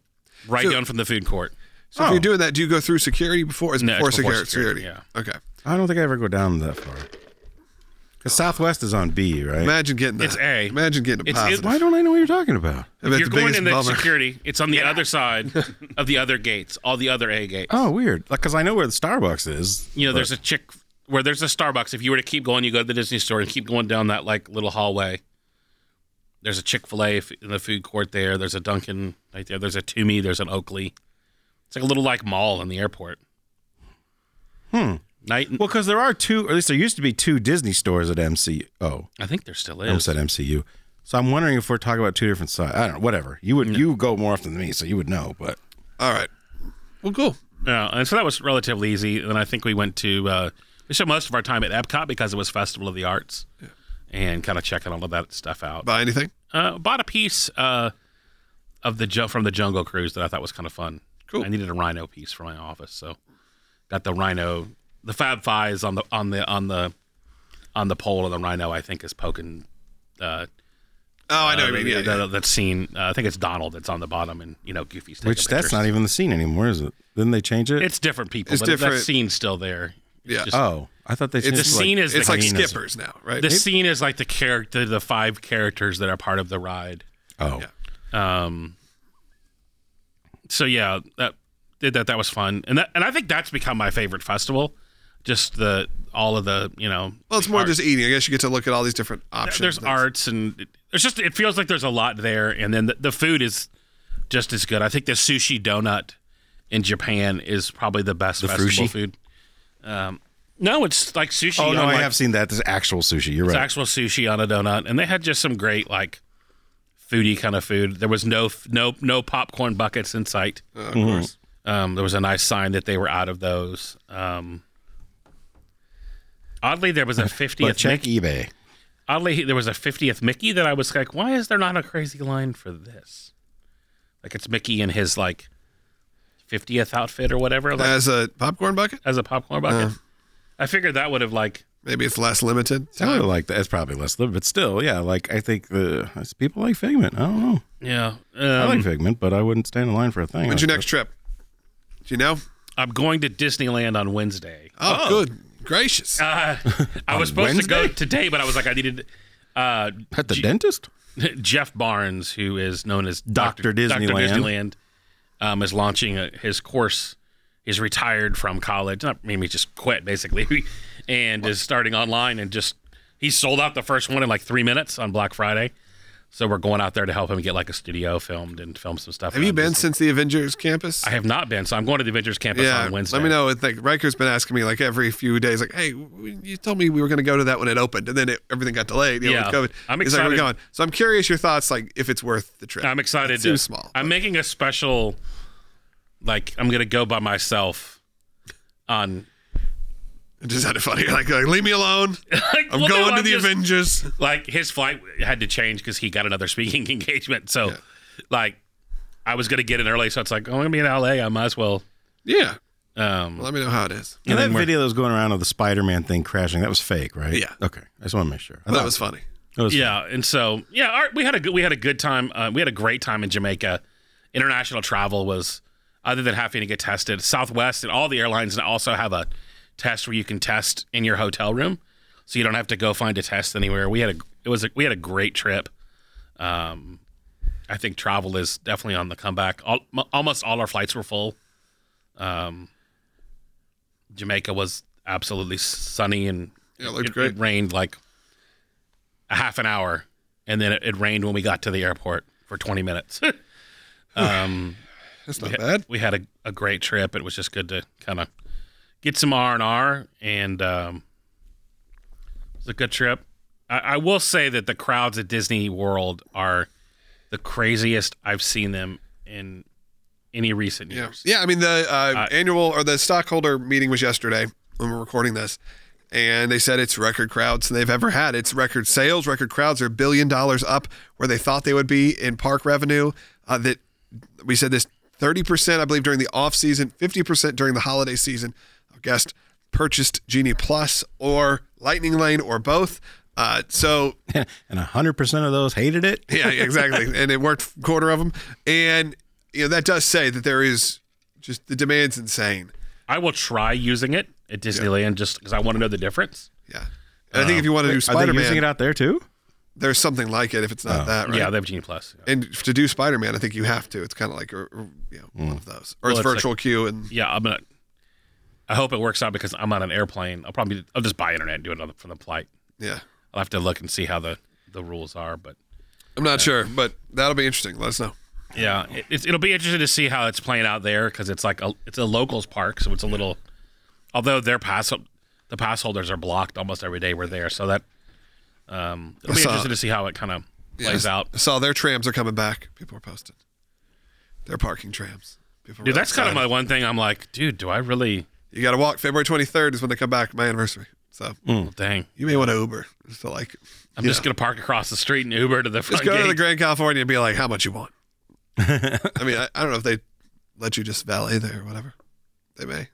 S4: right
S2: So-
S4: down from the food court.
S2: So if you're doing that, do you go through security before? Is
S4: Oh. No,
S2: before,
S4: it's before
S2: security?
S4: security,
S2: Okay.
S3: I don't think I ever go down that far. Because Southwest is on B, right?
S2: Imagine getting that.
S4: It's A.
S2: Imagine getting a
S4: It's-
S2: positive.
S3: Why don't I know what you're talking about?
S2: I bet
S4: You're
S2: the
S4: going
S2: biggest
S4: in the
S2: bummer.
S4: security. It's on the other side of the other gates, all the other A gates.
S3: Oh, weird. Like, because I know where the Starbucks is.
S4: you know, there's a chick where there's a Starbucks. If you were to keep going, you go to the Disney store and keep going down that like little hallway. There's a Chick Fil A in the food court there. There's a Dunkin' right there. There's a Toomey. There's an Oakley. It's like a little like mall in the airport. Hmm. Night.
S3: Well, because there are two, or at least there used to be two Disney stores at MCO. Oh,
S4: I think there still
S3: I almost
S4: is.
S3: said MCU. So I'm wondering if we're talking about two different sides. I don't know. Whatever. You would you go more often than me, so you would know. But
S2: All right. Well, cool.
S4: Yeah, Uh, and so that was relatively easy. And I think we went to uh, we spent most of our time at Epcot because it was Festival of the Arts, and kind of checking all of that stuff out.
S2: Buy anything?
S4: uh, bought a piece uh, of the ju- from the Jungle Cruise that I thought was kind of fun.
S2: Cool.
S4: I needed a rhino piece for my office, so got the rhino. The Fab Fives on the on the on the on the pole of the rhino, I think, is poking. Uh,
S2: Oh, I know. what
S4: uh,
S2: you mean, yeah,
S4: that,
S2: yeah.
S4: that scene. Uh, I think it's Donald that's on the bottom, and you know Goofy's taking
S3: which that's
S4: pictures.
S3: not even the scene anymore, is it? Didn't they change it?
S4: It's different people,
S2: It's
S4: but
S2: different.
S4: that scene's still there. It's
S2: Yeah.
S4: just-
S3: oh, I thought they changed
S4: the
S2: it's
S4: scene is
S2: it's
S4: the
S2: like
S4: green
S3: is-
S2: skippers now, right?
S4: the scene is like the character, the five characters that are part of the ride.
S3: Oh,
S2: Yeah.
S4: Um. So yeah, that did that. That was fun, and that and I think that's become my favorite festival. Just the all of the you know.
S2: well, it's
S4: the
S2: more
S4: art-
S2: just eating. I guess you get to look at all these different
S4: there-
S2: options.
S4: There's
S2: That's-
S4: arts and it- it's just it feels like there's a lot there, and then the, the food is just as good. I think the sushi donut in Japan is probably the best festival
S3: frushi?
S4: food. Um, no, it's like sushi.
S3: oh no,
S4: on,
S3: I
S4: like,
S3: have seen that. This is actual sushi. You're
S4: it's
S3: right.
S4: actual sushi on a donut, and they had just some great like foodie kind of food. There was no no no popcorn buckets in sight.
S3: Oh,
S2: Uh, of course.
S4: Um, there was a nice sign that they were out of those. Um, oddly, there was a
S3: but
S4: 50th.
S3: check
S4: Mickey,
S3: eBay.
S4: oddly, there was a 50th Mickey that I was like, why is there not a crazy line for this? Like it's Mickey in his like 50th outfit or whatever, like,
S2: As a popcorn bucket,
S4: as a
S3: uh,
S4: popcorn bucket. I figured that would have like
S2: maybe it's less limited.
S3: I would like that. It's probably less, than- but still, yeah. Like I think the people like Figment. I don't know.
S4: yeah.
S3: I like
S4: Um,
S3: Figment, but I wouldn't stand in line for a thing.
S2: When's your
S3: like
S2: next trip? Do you know?
S4: I'm going to Disneyland on Wednesday.
S2: Oh, good gracious!
S4: Uh, I was supposed to go
S3: Wednesday?
S4: today, but I was like, I needed. Uh,
S3: that. At the dentist?
S4: Jeff Barnes, who is known as
S3: Dr.
S4: Dr.
S3: Disneyland.
S4: Disneyland, um, is launching a, his course. He's retired from college. Not, I mean, he just quit basically, and is starting online and just he sold out the first one in like three minutes on Black Friday. So we're going out there to help him get like a studio filmed and film some stuff.
S2: Have you
S4: on
S2: been
S4: Disney.
S2: since the Avengers campus?
S4: I have not been. So I'm going to the Avengers campus
S2: yeah,
S4: on Wednesday.
S2: let me know. It's Like Riker's been asking me like every few days, like, "Hey, w- you told me we were going to go to that when it opened, and then it, everything got delayed. You know,
S4: Yeah.
S2: with COVID.
S4: I'm
S2: He's like, we're
S4: excited.
S2: going. So I'm curious your thoughts, like if it's worth the trip.
S4: I'm excited.
S2: It
S4: to-
S2: seems small.
S4: I'm making a special. Like I'm gonna go by myself. On
S2: It just sounded funny. Like, like leave me alone. I'm
S4: Well, no,
S2: going to
S4: I'm
S2: the
S4: just-
S2: Avengers.
S4: Like his flight had to change because he got another speaking engagement. So,
S2: Yeah.
S4: like, I was gonna get in early, so it's like oh, I'm gonna be in LA. I might as well.
S2: Yeah.
S4: Um,
S2: Let me know how it is.
S3: And, that video that was going around of the Spider Man thing crashing, that was fake, right?
S2: Yeah.
S3: Okay. I just want to make sure. I
S2: That
S3: thought-
S2: was funny.
S3: it was
S4: yeah, and so yeah, all right, we had a good we had a good time. Uh, we had a great time in Jamaica. International travel was other than having to get tested. Southwest and all the airlines now also have a test where you can test in your hotel room, so you don't have to go find a test anywhere. We had a it was a, we had a great trip. Um, I think travel is definitely on the comeback. All, m- almost all our flights were full. Um, Jamaica was absolutely sunny and
S2: Yeah, it looked
S4: it,
S2: great.
S4: it rained like a half an hour, and then it, it rained when we got to the airport for 20 minutes. um,
S2: That's not bad.
S4: we had a, a great trip. It was just good to kind of get some R and R, um, It's a good trip. I, I will say that the crowds at Disney World are the craziest I've seen them in any recent
S2: Yeah.
S4: years.
S2: Yeah. I mean, the uh, annual or the stockholder meeting was yesterday when we're recording this. And they said it's record crowds they've ever had. It's record sales, record crowds are a billion dollars up where they thought they would be in park revenue. Uh, that we said this 30%, I believe, during the off season, 50% during the holiday season. Our guest purchased Genie Plus or Lightning Lane or both. Uh, so
S3: and hundred percent of those hated it.
S2: yeah, exactly. and it worked for a quarter of them. And you know that does say that there is just the demand's insane.
S4: I will try using it at Disneyland just because I want to know the difference.
S2: Yeah. And I think if
S4: Um,
S2: you want to do
S3: Are they
S2: Spider
S3: using it
S2: Man,
S3: out there too?
S2: there's something like it if it's not that, right?
S4: Oh, Yeah, they have Genie Plus. Yeah.
S2: And to do Spider Man, I think you have to. It's kind of like a, a- you know, one of those, or
S4: Hmm.
S2: it's
S4: Well, it's like-
S2: virtual queue. And
S4: Yeah, I'm gonna. I hope it works out because I'm on an airplane. I'll probably I'll just buy internet and do it on the, from the flight.
S2: yeah,
S4: I'll have to look and see how the the rules are, but
S2: I'm not sure, but that'll be interesting. Let us know.
S4: yeah, it, it's, it'll be interesting to see how it's playing out there because it's like a it's a locals park, so it's a little. Although their pass the pass holders are blocked almost every day we're there, so that um, it'll be
S2: saw-
S4: interesting to see how it kind of plays
S2: uh, Yeah, I
S4: out.
S2: saw their trams are coming back. People are posting. They're parking trams. People
S4: Dude, that's kind of my one thing. I'm like, dude, do I really?
S2: You got to walk. February 23rd is when they come back. My anniversary. So
S4: Well, dang,
S2: you may want to Uber. So like,
S4: Hmm. I'm just gonna park across the street and Uber to the
S2: Just
S4: front
S2: go
S4: gate.
S2: to the Grand California and be like, how much you want? I mean, I, I don't know if they let you just valet there or whatever. They may.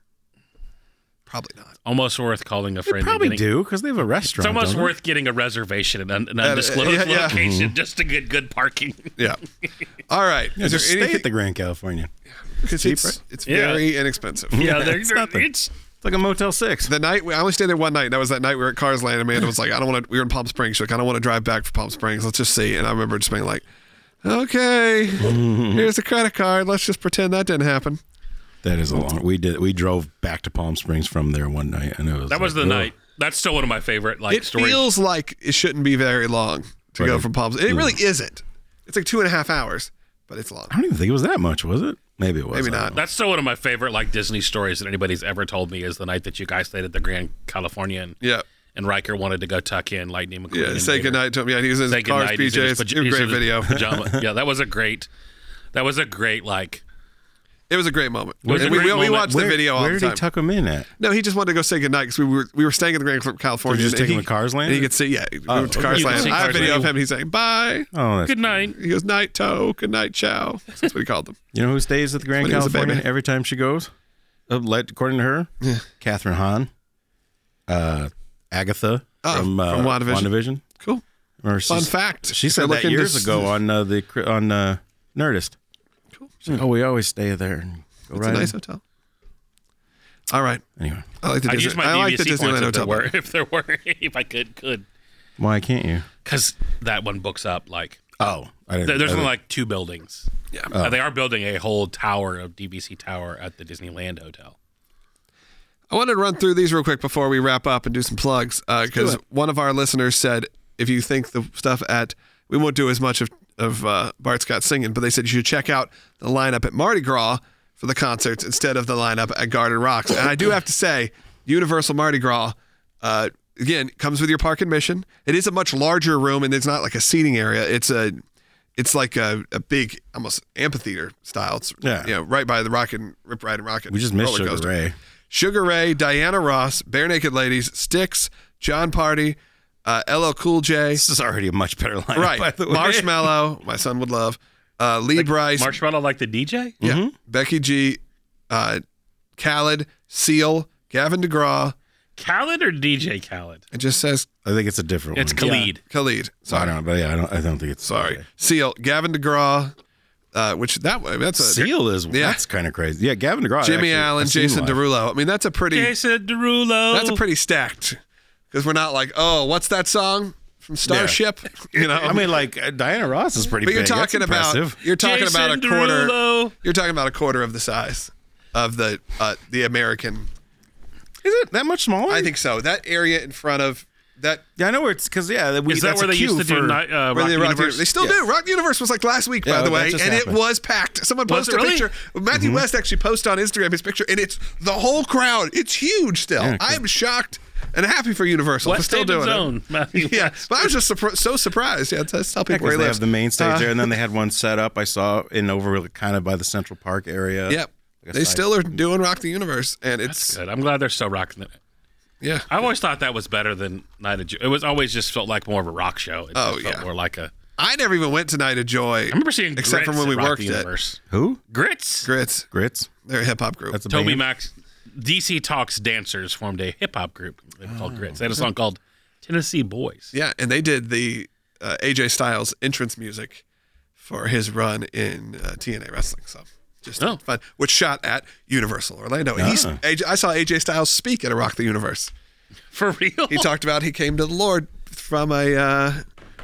S2: Probably not.
S4: almost worth calling a friend. and
S3: Probably
S4: getting-
S3: do because they have a
S4: It's
S3: restaurant.
S4: almost
S3: don't they?
S4: worth getting a reservation at an, an undisclosed
S2: yeah, yeah.
S4: location just to get good parking.
S2: Yeah. All right.
S3: Yeah,
S2: Is
S3: just
S2: there
S3: stay at
S2: anything?
S3: the Grand California.
S2: Because
S3: cheap,
S2: it's,
S3: right?
S2: it's
S4: Yeah.
S2: very inexpensive.
S4: Yeah, they're-
S3: it's
S4: they're-
S3: nothing.
S4: it's-
S3: It's like a Motel Six.
S2: The night we, I only stayed there one night. And that was that night we were at Cars Land. Amanda was like, "I don't want to." We were in Palm Springs. She's like, "I don't want to drive back from Palm Springs. Let's just see." And I remember just being like, "Okay, here's a credit card. Let's just pretend that didn't happen."
S3: That is a long. We did. We drove back to Palm Springs from there one night, and it was
S4: That was the
S3: like, ugh.
S4: night. That's still one of my favorite like
S2: it
S4: stories.
S2: feels like it shouldn't be very long to go
S3: Right.
S2: from Palm. It really isn't. It's like two and a half hours, but it's long.
S3: I don't even think it was that much, was it? Maybe it was.
S2: Maybe
S3: I don't
S2: not.
S3: know.
S4: that's still one of my favorite like Disney stories that anybody's ever told me is the night that you guys stayed at the Grand California and,
S2: Yeah,
S4: and Riker wanted to go tuck in Lightning McQueen.
S2: yeah.
S4: and
S2: Say
S4: Vader.
S2: goodnight to him. Yeah, he was in
S4: Say
S2: his cars,
S4: goodnight. He's in his
S2: PJs.
S4: paj-
S2: It was a
S4: he's
S2: great
S4: in his
S2: video.
S4: Pajama. yeah, that was a great. That was a great like.
S2: It was a great moment.
S4: was a
S2: And we,
S4: great
S2: we, we
S4: moment.
S2: watched the
S3: Where-
S2: video all
S3: Where
S2: the
S3: did
S2: time.
S3: he tuck him in at?
S2: no, he just wanted to go say goodnight because we were we were staying in the Grand California.
S3: Did you just
S2: and
S3: take him
S2: he-
S3: to Cars Land?
S2: And he could see. Yeah, we
S3: Oh,
S2: went to
S3: okay.
S2: Cars
S4: You can
S2: Land.
S4: see
S2: I have
S4: Cars
S2: video
S4: Land.
S2: of him. He's saying bye.
S3: Oh, that's
S4: Good night.
S2: He goes night toe, good night chow. That's what he called them.
S3: You know who stays at the Grand
S2: When he was a
S3: California
S2: baby.
S3: every time she goes? Uh, let- According to her, Catherine Hahn, uh, Agatha
S2: Oh,
S3: from, uh,
S2: from WandaVision.
S3: WandaVision.
S2: Cool.
S3: Or
S2: Fun
S3: she's-
S2: fact.
S3: She
S2: If you're
S3: said that
S2: looking
S3: years
S2: to s-
S3: ago on uh, the cr- on uh, Nerdist. She's like, oh, we always stay there. And go
S2: It's
S3: right
S2: a nice
S3: in."
S2: hotel. All right.
S3: Anyway,
S2: I like the
S4: I
S2: Disney.
S4: used my
S2: I like the
S4: DVC
S2: Disneyland
S4: points if there
S2: hotel.
S4: were
S2: better.
S4: if there were if I could could
S3: why can't you?
S4: because that one books up like
S3: Oh, I didn't.
S4: There- There's
S3: I didn't-
S4: only like two buildings. Yeah,
S2: Oh.
S4: they are building a whole tower of DVC Tower at the Disneyland Hotel.
S2: I wanted to run through these real quick before we wrap up and do some plugs because one of our listeners said if you think the stuff at we won't do as much of of uh, Bart Scott singing, but they said you should check out the lineup at Mardi Gras for the concerts instead of the lineup at Garden Rocks. And I do have to say, Universal Mardi Gras. Uh, Again, comes with your park admission. It is a much larger room, and it's not like a seating area. It's a, it's like a, a big, almost amphitheater style. It's
S3: Yeah.
S2: you know, right by the Rocket Rip Ride and Rocket.
S3: we just missed
S2: roller
S3: Sugar
S2: coaster.
S3: Ray.
S2: Sugar Ray, Diana Ross, Bare Naked Ladies, Styx, John Party, uh, LL Cool J,
S3: This is already a much better lineup. By
S2: right,
S3: the way.
S2: Marshmallow, my son would love, uh, Lee Bryce,
S4: Marshmallow like the DJ?
S2: yeah,
S3: Mm-hmm.
S2: Becky G, uh, Khaled, Seal, Gavin DeGraw.
S4: Khaled or DJ Khaled?
S2: It just says
S3: I think it's a
S2: Oh,
S3: different
S4: It's
S3: one.
S4: Khalid.
S2: Khalid.
S3: So I
S2: Sorry,
S3: don't. But yeah, I don't. I don't think it's
S2: sorry, Seal, Gavin DeGraw, uh, which that way that's a
S3: Seal is
S2: Yeah.
S3: that's kind of crazy. Yeah, Gavin DeGraw.
S2: Jimmy
S3: actually-
S2: Allen,
S3: I've seen
S2: Jason
S3: live.
S2: Derulo. I mean, that's a pretty
S4: Jason Derulo.
S2: that's a pretty stacked because we're not like oh, what's that song from Starship? You know,
S3: I mean, like uh, Diana Ross is pretty.
S2: But you're
S3: big. That's
S2: talking about
S3: impressive.
S2: you're talking
S4: Jason
S2: about a quarter.
S4: Derulo.
S2: You're talking about a quarter of the size of the uh, the American.
S3: Is it that much smaller?
S2: I think so. That area in front of that
S3: Yeah, I know where it's because yeah, we,
S4: Is that
S3: that's
S4: where
S3: a
S4: they
S3: cue
S4: used to
S3: for,
S4: do night,
S3: Oh,
S4: uh,
S2: where
S4: Rock
S2: they rock
S4: Universe?
S2: Universe- They still do. Rock Universe was like last week, by
S3: Yeah,
S2: the
S3: that
S2: way, and
S3: just
S2: it
S3: happened.
S2: was packed. Someone
S4: Was it
S2: posted a
S4: really?
S2: picture.
S3: Mm-hmm.
S2: Matthew West actually posted on Instagram his picture, and it's the whole crowd. It's huge still. I'm shocked And happy for Universal
S4: West
S2: for still
S4: Haven's
S2: doing it.
S4: own, Matthew
S2: Yeah,
S4: West.
S2: but I was just surpri- so surprised. Yeah, to tell people where
S3: Because
S2: he
S3: they
S2: lives.
S3: have the main stage
S2: Uh,
S3: there, and then they had one set up I saw in over kind of by the Central Park area.
S2: Yep,
S3: Like a
S2: they
S3: side-
S2: still are doing Rock the Universe, and it's
S4: Good. I'm glad they're still rocking it.
S2: yeah.
S4: I always thought that was better than Night of Joy. It was always just felt like more of a rock show. It
S2: Oh,
S4: just felt
S2: yeah.
S4: more like a.
S2: I never even went to Night of Joy.
S4: I remember seeing
S2: Except for
S4: Grits
S2: when
S4: at
S2: we
S4: Rock the
S2: worked it.
S4: Universe.
S3: Who
S4: Grits.
S2: Grits,
S3: grits?
S2: they're a hip hop group.
S3: That's a
S4: Toby
S3: band?
S4: Max, DC Talks dancers formed a hip hop group they were called Grits. They had a song called Tennessee Boys.
S2: yeah, and they did the uh, AJ Styles entrance music for his run in uh, TNA wrestling. So just
S4: Oh.
S2: fun, which shot at Universal Orlando. And he's,
S3: Ah.
S2: AJ, I saw AJ Styles speak at a Rock the Universe.
S4: For real?
S2: He talked about he came to the Lord from a uh,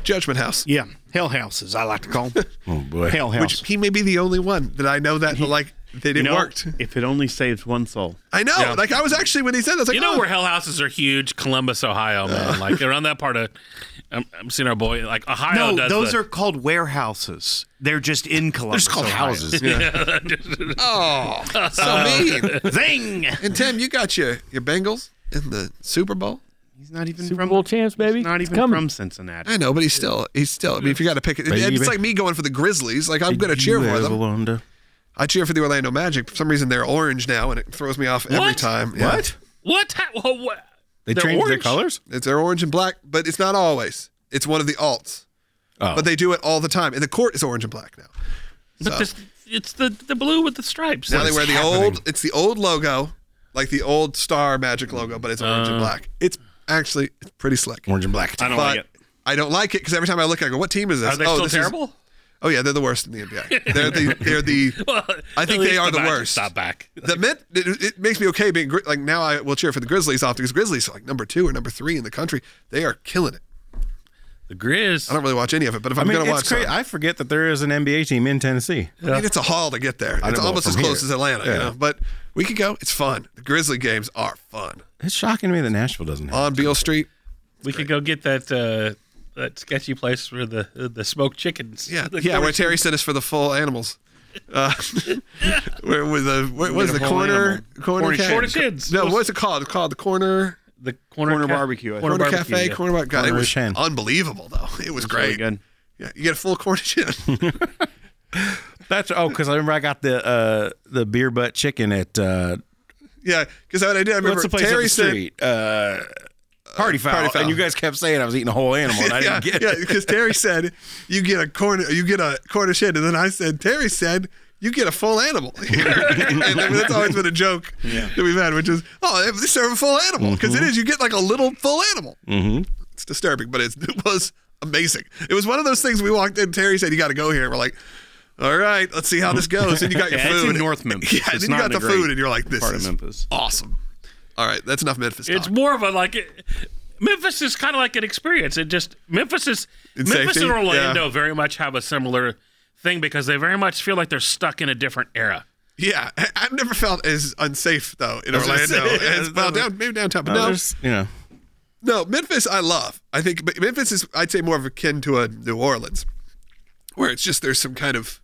S2: judgment house.
S7: Yeah, hell houses I like to call them.
S3: Oh boy.
S7: hell house.
S2: Which he may be the only one that I know that like that it
S7: you know,
S2: worked.
S7: if it only saves one soul.
S2: I know.
S4: Yeah.
S2: Like I was actually when he said that, I was like,
S4: You know
S2: oh,
S4: where hell houses are huge? Columbus, Ohio, man. Like around that part of, I'm, I'm seeing our boy. Like Ohio
S5: No,
S4: does.
S5: those
S4: the,
S5: are called warehouses. They're just in Columbus.
S3: It's called
S5: Ohio.
S3: houses.
S2: oh, so mean.
S5: Zing!
S2: And Tim, you got your your Bengals in the Super Bowl.
S7: He's not even
S6: Super
S7: from
S6: Bowl champs, baby.
S7: Not
S6: It's
S7: even
S6: coming.
S7: from Cincinnati.
S2: I know, but he's still he's still. I mean, if you got to pick it,
S3: Baby.
S2: it's like me going for the Grizzlies. Like I'm going to cheer for them.
S3: Yolanda.
S2: I cheer for the Orlando Magic. For some reason, they're orange now, and it throws me off every
S4: What?
S2: time. Yeah.
S3: What?
S4: What? How, what, what?
S3: They
S4: They're
S3: changed their
S4: orange.
S3: colors.
S2: It's they're orange and black, but it's not always. It's one of the alts,
S3: Oh.
S2: but they do it all the time. And the court is orange and black now.
S4: But this, it's the the blue with the stripes.
S2: Now they
S4: It's-
S2: wear the old. It's the old logo, like the old Star Magic logo, but it's orange and black. It's actually it's pretty slick.
S3: Orange and black.
S7: I don't
S2: but
S7: like it.
S2: I don't like it because every time I look, I go, "What team is this?"
S4: Are they
S2: oh,
S4: still
S2: this is-
S4: terrible?
S2: oh yeah, they're the worst in the NBA. they're the they're the.
S4: Well,
S2: I think
S4: at
S2: they
S4: least
S2: are the
S4: Magic
S2: worst.
S4: Stop back.
S2: The mint, it, it makes me okay being Gri- like now. I will cheer for the Grizzlies often because Grizzlies are like number two or number three in the country. They are killing it.
S4: The
S2: I
S4: Grizz.
S2: don't really watch any of it, but if
S3: I
S2: I'm
S3: mean,
S2: gonna watch,
S3: it's crazy.
S2: some-
S3: I forget that there is an NBA team in Tennessee.
S2: I mean, it's a haul to get there. It's
S3: know
S2: almost
S3: from
S2: as close
S3: here.
S2: as Atlanta, you
S3: Yeah.
S2: know. But we could go. It's fun. The Grizzly games are fun
S3: It's shocking to me that Nashville doesn't have.
S2: on Beale Street.
S4: We could go get that uh, that sketchy place where the the, the smoked chickens.
S2: Yeah,
S4: The
S2: yeah. Where
S4: corners.
S2: Terry sent us for the full animals. Uh, where was the what was the
S7: whole
S2: corner
S7: animal.
S2: corner
S7: Corner
S2: ca-
S4: corner kids.
S2: No, what's it called? It's called the corner
S4: the corner,
S7: Corner
S4: ca-
S7: barbecue, I think.
S2: corner,
S4: barbecue,
S2: cafe.
S4: yeah.
S2: Corner bar- God, it
S3: Corner
S2: was
S3: Shen.
S2: unbelievable though. It was great.
S7: Really good.
S2: Yeah, you get a full corner chin.
S3: That's oh, because I remember I got the uh, the beer butt chicken at uh,
S2: yeah, because what I did, I remember
S3: what's the place up
S2: Terry
S3: the
S2: said,
S3: street? Uh, party, foul.
S2: Party Foul.
S3: And you guys kept saying I was eating a whole animal, and I
S2: yeah,
S3: didn't get
S2: yeah,
S3: it.
S2: because Terry said you get a corner, you get a corner chin, and then I said Terry said you get a full animal. and I mean, that's always been a joke that we've had, which is oh, they serve a full animal
S7: Mm-hmm.
S2: because is you get like a little full animal. Mm-hmm. It's disturbing, but it's, it was amazing. It was one of those things we walked in. Terry said you got to go here. We're like. All right, let's see how this goes. And you got your
S7: Yeah, it's
S2: food.
S7: in North Memphis.
S2: Yeah,
S7: It's
S2: and then you
S7: not
S2: got
S7: in a
S2: the food,
S7: great
S2: and you're like, "This
S7: part of
S2: is
S7: Memphis.
S2: awesome." All right, that's enough Memphis.
S4: It's
S2: talk.
S4: more of a like it, Memphis is kind of like an experience. It just Memphis is
S2: In
S4: Memphis
S2: safety?
S4: and Orlando very much have a similar thing because they very much feel like they're stuck in a different era.
S2: Yeah, I- I've never felt as unsafe though in
S3: was gonna
S2: Orlando
S3: say, yeah,
S2: as well.
S3: that was-
S2: Down, maybe downtown, but
S3: No,
S2: no, no,
S3: there's- you know,
S2: Memphis I love. I think, but Memphis is I'd say more of akin to a New Orleans, where it's just there's some kind of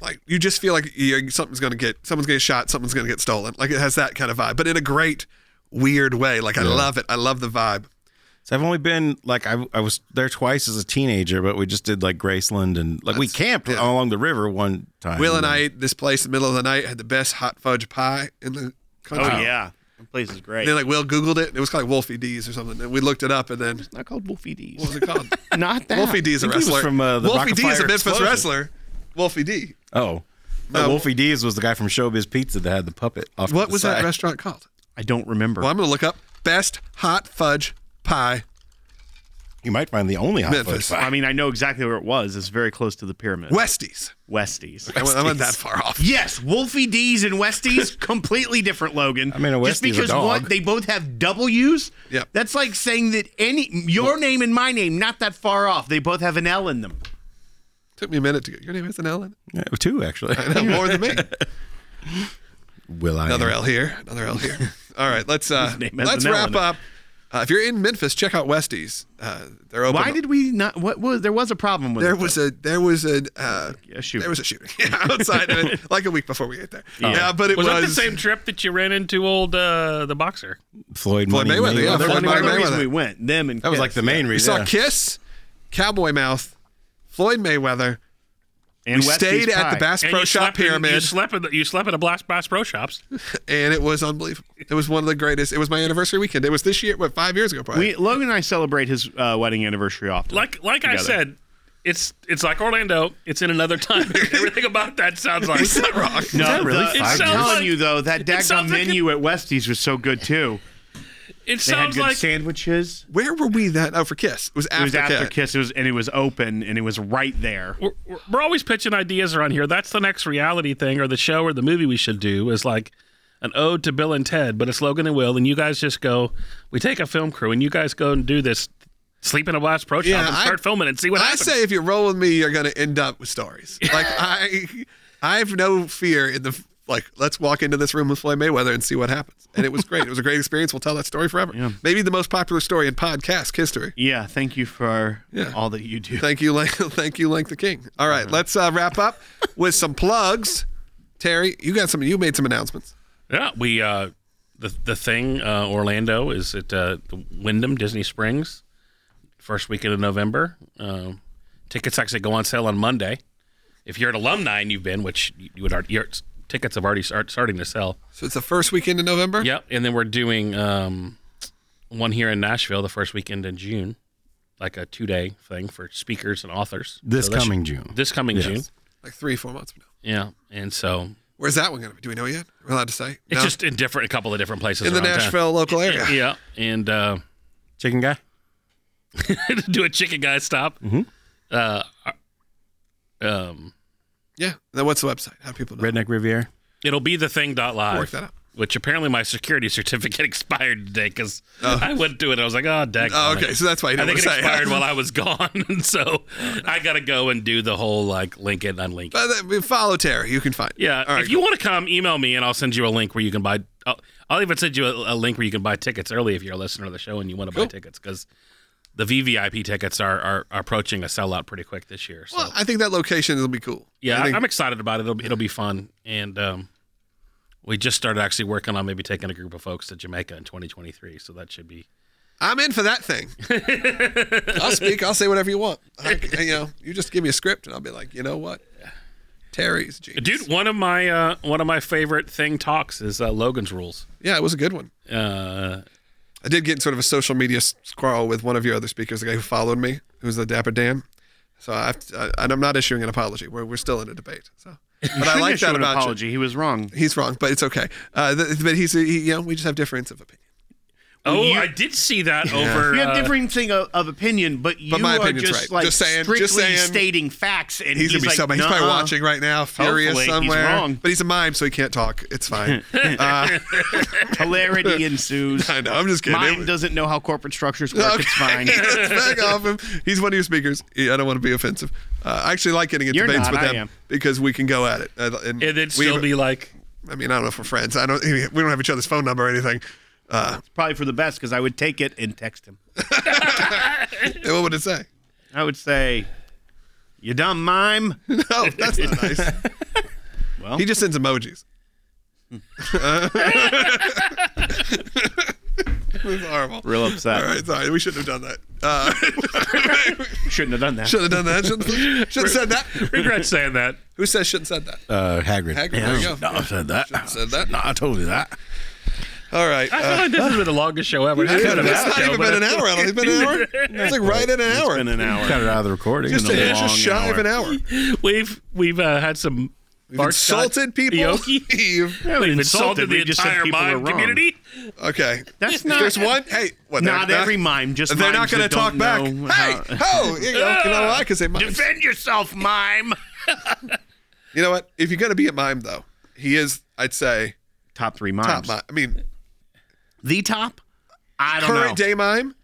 S2: like you just feel like you something's gonna get someone's gonna get shot, something's gonna get stolen. Like it has that kind of vibe, but in a great weird way. Like I love it. I love the vibe.
S3: So I've only been like I, I was there twice as a teenager, but we just did like Graceland and like we camped along the river one time.
S2: Will and I ate this place in the middle of the night. Had the best hot fudge pie in the
S7: Oh
S2: country.
S7: yeah, that place is great.
S2: And then like Will Googled it, and it was called Wolfie D's or something. And we looked it up, and then
S7: not called Wolfie D's.
S2: what was it called?
S7: not that.
S2: Wolfie D is a
S3: I think he was
S2: wrestler.
S3: from, uh, the
S2: Wolfie D is a
S3: Rockafire
S2: Memphis
S3: Explosion.
S2: wrestler. Wolfie D.
S3: Oh,
S2: No.
S3: Uh, Wolfie D's was the guy from Showbiz Pizza that had the puppet. Off to
S2: What
S3: the
S2: was
S3: side.
S2: that restaurant called?
S7: I don't remember.
S2: Well, I'm gonna look up best hot fudge pie.
S3: You might find the only hot
S2: Memphis.
S3: fudge pie.
S7: I mean, I know exactly where it was. It's very close to the pyramid.
S2: Westies.
S7: Westies.
S2: I went, I went that far off.
S7: Yes, Wolfie D's and Westies, completely different, Logan. I
S3: mean, a
S7: just
S3: Westie's a
S7: because
S3: dog.
S7: one, they both have W's.
S2: Yep.
S7: That's like saying that any your name and my name not that far off. They both have an L in them.
S2: Took me a minute to get your name is an L. in it?
S3: Yeah, two actually.
S2: No, more than me.
S3: Will I?
S2: Another L here. Another L here. All right, let's uh,
S7: name has
S2: let's
S7: an L
S2: wrap
S7: in it.
S2: up Uh, if you're in Memphis, check out Westies. Uh, they're open.
S7: Why did we not? What was there was a problem with
S2: there
S7: it,
S2: was a there was a, uh,
S7: A shooting.
S2: there was a shooting outside of it like a week before we get there. Yeah, but it
S4: Was,
S2: was,
S4: that the same trip that you ran into old uh, the boxer?
S3: Floyd,
S2: Floyd
S3: Money
S2: Mayweather, yeah,
S7: though.
S2: Floyd
S7: That's one of the
S2: Mayweather.
S7: reasons we went. Them and
S3: That was like the main
S2: We
S3: reason.
S2: saw Kiss, Cowboy Mouth, Floyd Mayweather.
S7: and
S2: we
S7: Westie's
S2: stayed at the
S7: pie.
S2: Bass
S4: And
S2: Pro
S4: you
S2: Shop
S4: slept in-
S2: Pyramid,
S4: you slept in the, you slept in a blast bass pro shops.
S2: and it was unbelievable. It was one of the greatest. It was my anniversary weekend. It was this year, what five years ago, probably.
S7: We Logan and I celebrate his uh, wedding anniversary often.
S4: Like like I
S7: Together.
S4: said, it's it's like Orlando. It's in another time. Everything about that sounds like
S2: It's not wrong.
S7: no,
S3: really?
S7: the-
S4: It
S7: I'm
S4: sounds
S7: telling
S4: like-
S7: you though that daggone
S4: sounds like
S7: menu at Westie's was so good too.
S4: it
S7: They had
S4: sounds
S7: good
S4: like
S7: sandwiches.
S2: Where were we that? Oh, for Kiss. It was after,
S7: It was after
S2: Kiss.
S7: Kiss, it was, and it was open, and it was right there.
S4: we're, we're- we're always pitching ideas around here. That's the next reality thing, or the show, or the movie we should do is like an ode to Bill and Ted, but it's Logan and Will, and you guys just go. We take a film crew, and you guys go and do this. Sleep in a blast pro shop
S2: Yeah,
S4: and
S2: I-
S4: start filming and see what
S2: When I
S4: happens.
S2: say if you roll with me, you're going to end up with stories. Like I, I have no fear in the like. Let's walk into this room with Floyd Mayweather and see what happens. And it was great. it was a great experience. We'll tell that story forever. Maybe the most popular story in podcast history.
S7: Yeah, thank you for
S2: Yeah.
S7: all that you do.
S2: Thank you, Lank, thank you, Lank the King. All
S4: Uh-huh.
S2: right, let's uh, wrap up with some plugs. Terry, you got some. You made some announcements.
S4: Yeah, we uh, the the thing uh, Orlando is at uh, the Wyndham Disney Springs, first weekend of November. Um, tickets actually go on sale on Monday. If you're an alumni and you've been, which you would, already- your tickets have already start starting to sell.
S2: So it's the first weekend in November.
S4: Yep, and then we're doing um, one here in Nashville the first weekend in June, like a two day thing for speakers and authors.
S3: This
S4: that should-
S3: coming June.
S4: This coming
S3: Yes.
S4: June.
S2: like three, four months from now.
S4: Yeah, and so
S2: Where's that one going to be? Do we know yet? We're allowed to say.
S4: it's
S2: No?
S4: just in different a couple of different places
S2: in the
S4: around town.
S2: Nashville local area.
S4: Yeah, and. Uh,
S3: Chicken guy.
S4: do a chicken guy stop.
S3: Mm-hmm.
S4: Uh, um,
S2: Yeah. Then what's the website? How do people know?
S3: Redneck Riviera.
S4: it'll be the thing dot
S2: Work
S4: live,
S2: that out.
S4: which apparently my security certificate expired today because I went to it. and I was like, oh, dang.
S2: Oh, okay. So that's why you
S4: I
S2: didn't
S4: think it
S2: wanna say.
S4: expired while I was gone, and so I gotta go and do the whole like link it and unlink it.
S2: But then we follow Terry. You can find. it.
S4: Yeah,
S2: All right.
S4: if you want to come, email me and I'll send you a link where you can buy. I'll, I'll even send you a, a link where you can buy tickets early if you're a listener of the show and you want to buy tickets because the VVIP tickets are, are, are approaching a sellout pretty quick this year. So.
S2: Well, I think that location will be cool.
S4: Yeah,
S2: I
S4: I
S2: think-
S4: am excited about it. It'll, be- it'll be fun. And um, we just started actually working on maybe taking a group of folks to Jamaica in 2023. So that should be.
S2: I'm in for that thing. I'll speak. I'll say whatever you want. I, you know, you just give me a script, and I'll be like, you know what, Terry's genius.
S4: Dude, one of my uh, one of my favorite thing talks is uh, Logan's Rules.
S2: Yeah, it was a good one.
S4: Uh,
S2: I did get in sort of a social media s- quarrel with one of your other speakers, the guy who followed me, who's the Dapper Dan. So I, have to, I and I'm not issuing an apology. We're we're still in a debate. So, but I like
S7: Issue
S2: that
S7: an
S2: about
S7: apology. He was wrong.
S2: you. He's wrong, but it's okay. Uh, th- but he's he, you know we just have difference of opinion.
S4: oh,
S7: you-
S4: I did see that over.
S7: We have
S4: uh,
S7: differing thing of, of opinion, but you
S2: my
S7: are
S2: opinion's
S7: just
S2: right.
S7: like
S2: Just saying-
S7: strictly
S2: just saying-
S7: stating facts, and
S2: He's,
S7: he's,
S2: gonna be
S7: like,
S2: so mad. He's probably
S7: "Nuh-uh."
S2: watching right now, furious
S7: Hopefully he's
S2: somewhere.
S7: wrong.
S2: But he's a mime, so he can't talk. It's fine. uh,
S7: Hilarity ensues.
S2: I know. I'm just kidding.
S7: Mine
S2: It-
S7: doesn't know how corporate structures work. It's fine.
S2: Let's back off him. He's one of your speakers. I don't want to be offensive. Uh, I actually like getting into
S7: You're
S2: debates
S7: not,
S2: with
S7: I
S2: them
S7: am.
S2: because we can go at it. Uh, and
S4: And then
S2: we-
S4: still be like,
S2: I mean, I don't know if we're friends. I don't. We don't have each other's phone number or anything. Uh,
S7: Probably for the best because I would take it and text him.
S2: and what would it say?
S7: I would say, "You dumb mime."
S2: No, Oh, that's not nice.
S7: Well.
S2: he just sends emojis. it was horrible.
S7: Real upset.
S2: All right, sorry. We shouldn't have done that. Uh,
S7: Shouldn't have done that.
S2: shouldn't have done that. Shouldn't, shouldn't have said that.
S4: regret saying that.
S2: Who says shouldn't said that?
S3: Uh, Hagrid.
S2: Hagrid, there you go.
S3: No, I said that.
S2: Should've said that.
S3: No, I told you that.
S2: All right.
S4: I feel
S2: Uh,
S4: like this has been the longest show ever.
S2: it's
S4: It's been an
S2: not
S4: hour,
S2: even
S4: but
S2: been an hour. It's been an hour. It's like right at an hour.
S7: Been an hour.
S3: Cut it out of the recording.
S2: just,
S7: been a
S2: it's just
S7: long
S2: shy of
S7: hour.
S2: an hour.
S4: We've we've uh, had some.
S2: We've insulted people. You've-
S4: We've
S7: insulted.
S4: insulted
S7: We
S4: the
S7: just said
S4: entire
S7: people are
S4: mime
S7: wrong.
S4: community.
S2: Okay.
S7: That's
S2: If
S7: not
S2: There's one. Hey, what, they're
S7: eh, Not every mime, just
S2: They're not
S7: mimes
S2: going to
S7: that
S2: talk
S7: don't
S2: back.
S7: know
S2: Hey,
S7: how-
S2: ho! You know, you know why? Because they might.
S7: Defend yourself, mime.
S2: You know what? If you're going to be a mime, though, he is. I'd say
S7: Top three mimes.
S2: top mime. I mean,
S7: The top? I don't
S2: current
S7: know.
S2: day mime.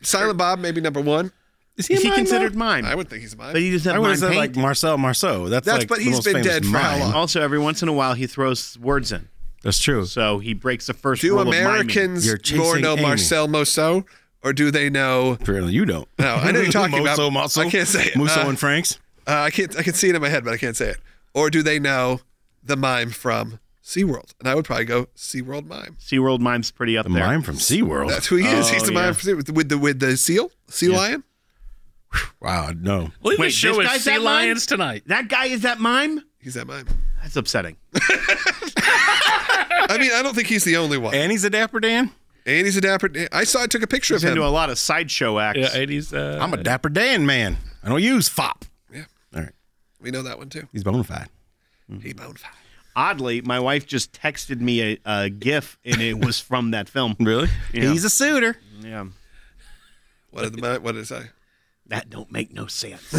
S2: Silent Bob, maybe number one.
S3: Is
S7: Is he considered mime?
S2: I would think he's a mime.
S7: but he doesn't
S3: I
S7: have
S3: would
S7: mime
S3: have said
S7: paint.
S3: like Marcel Marceau. That's,
S2: That's-
S3: like
S2: but
S3: the
S2: he's
S3: most
S2: been
S3: famous
S2: dead for how
S3: mime.
S2: long?
S7: also, every once in a while, he throws words in.
S3: That's true.
S7: So he breaks the first
S2: Do
S7: rule of miming.
S2: Americans
S3: You're
S2: more
S3: chasing
S2: know
S3: Amy.
S2: Marcel Mousseau, or do they know?
S3: Apparently, you don't.
S2: No, I know you're talking about.
S3: Moso, Moso.
S2: I can't say it.
S3: Musso
S2: Uh,
S3: and Franks.
S2: Uh, I can't. I can see it in my head, but I can't say it. Or do they know the mime from SeaWorld? And I would probably go SeaWorld mime.
S7: SeaWorld mime's pretty up
S3: The
S7: there.
S3: mime from SeaWorld.
S2: That's who he is.
S7: Oh,
S2: He's the
S7: yeah.
S2: mime from SeaWorld. with the with the seal, sea lion.
S3: wow, no.
S4: Believe
S7: Wait,
S4: the show
S7: this
S4: is
S7: guy's
S4: Sea
S7: that line?
S4: Lions tonight.
S7: That guy is that mime?
S2: He's that mime.
S7: That's upsetting.
S2: I mean, I don't think he's the only one. And,
S3: And he's a Dapper Dan?
S2: he's a dapper. I saw. I took a picture
S7: He's
S2: of him.
S7: into a lot of sideshow acts.
S4: Yeah, 80s. Uh,
S3: I'm a Dapper Dan man. I don't use fop.
S2: Yeah.
S3: All right.
S2: we know that one too.
S3: He's bona fide.
S7: Mm-hmm.
S2: He boned fire.
S7: Oddly, my wife just texted me a, a GIF, and it was from that film.
S3: Really?
S7: Yeah.
S3: He's a suitor.
S7: Yeah,
S2: What did the mime, what did it say?
S7: that don't make no sense.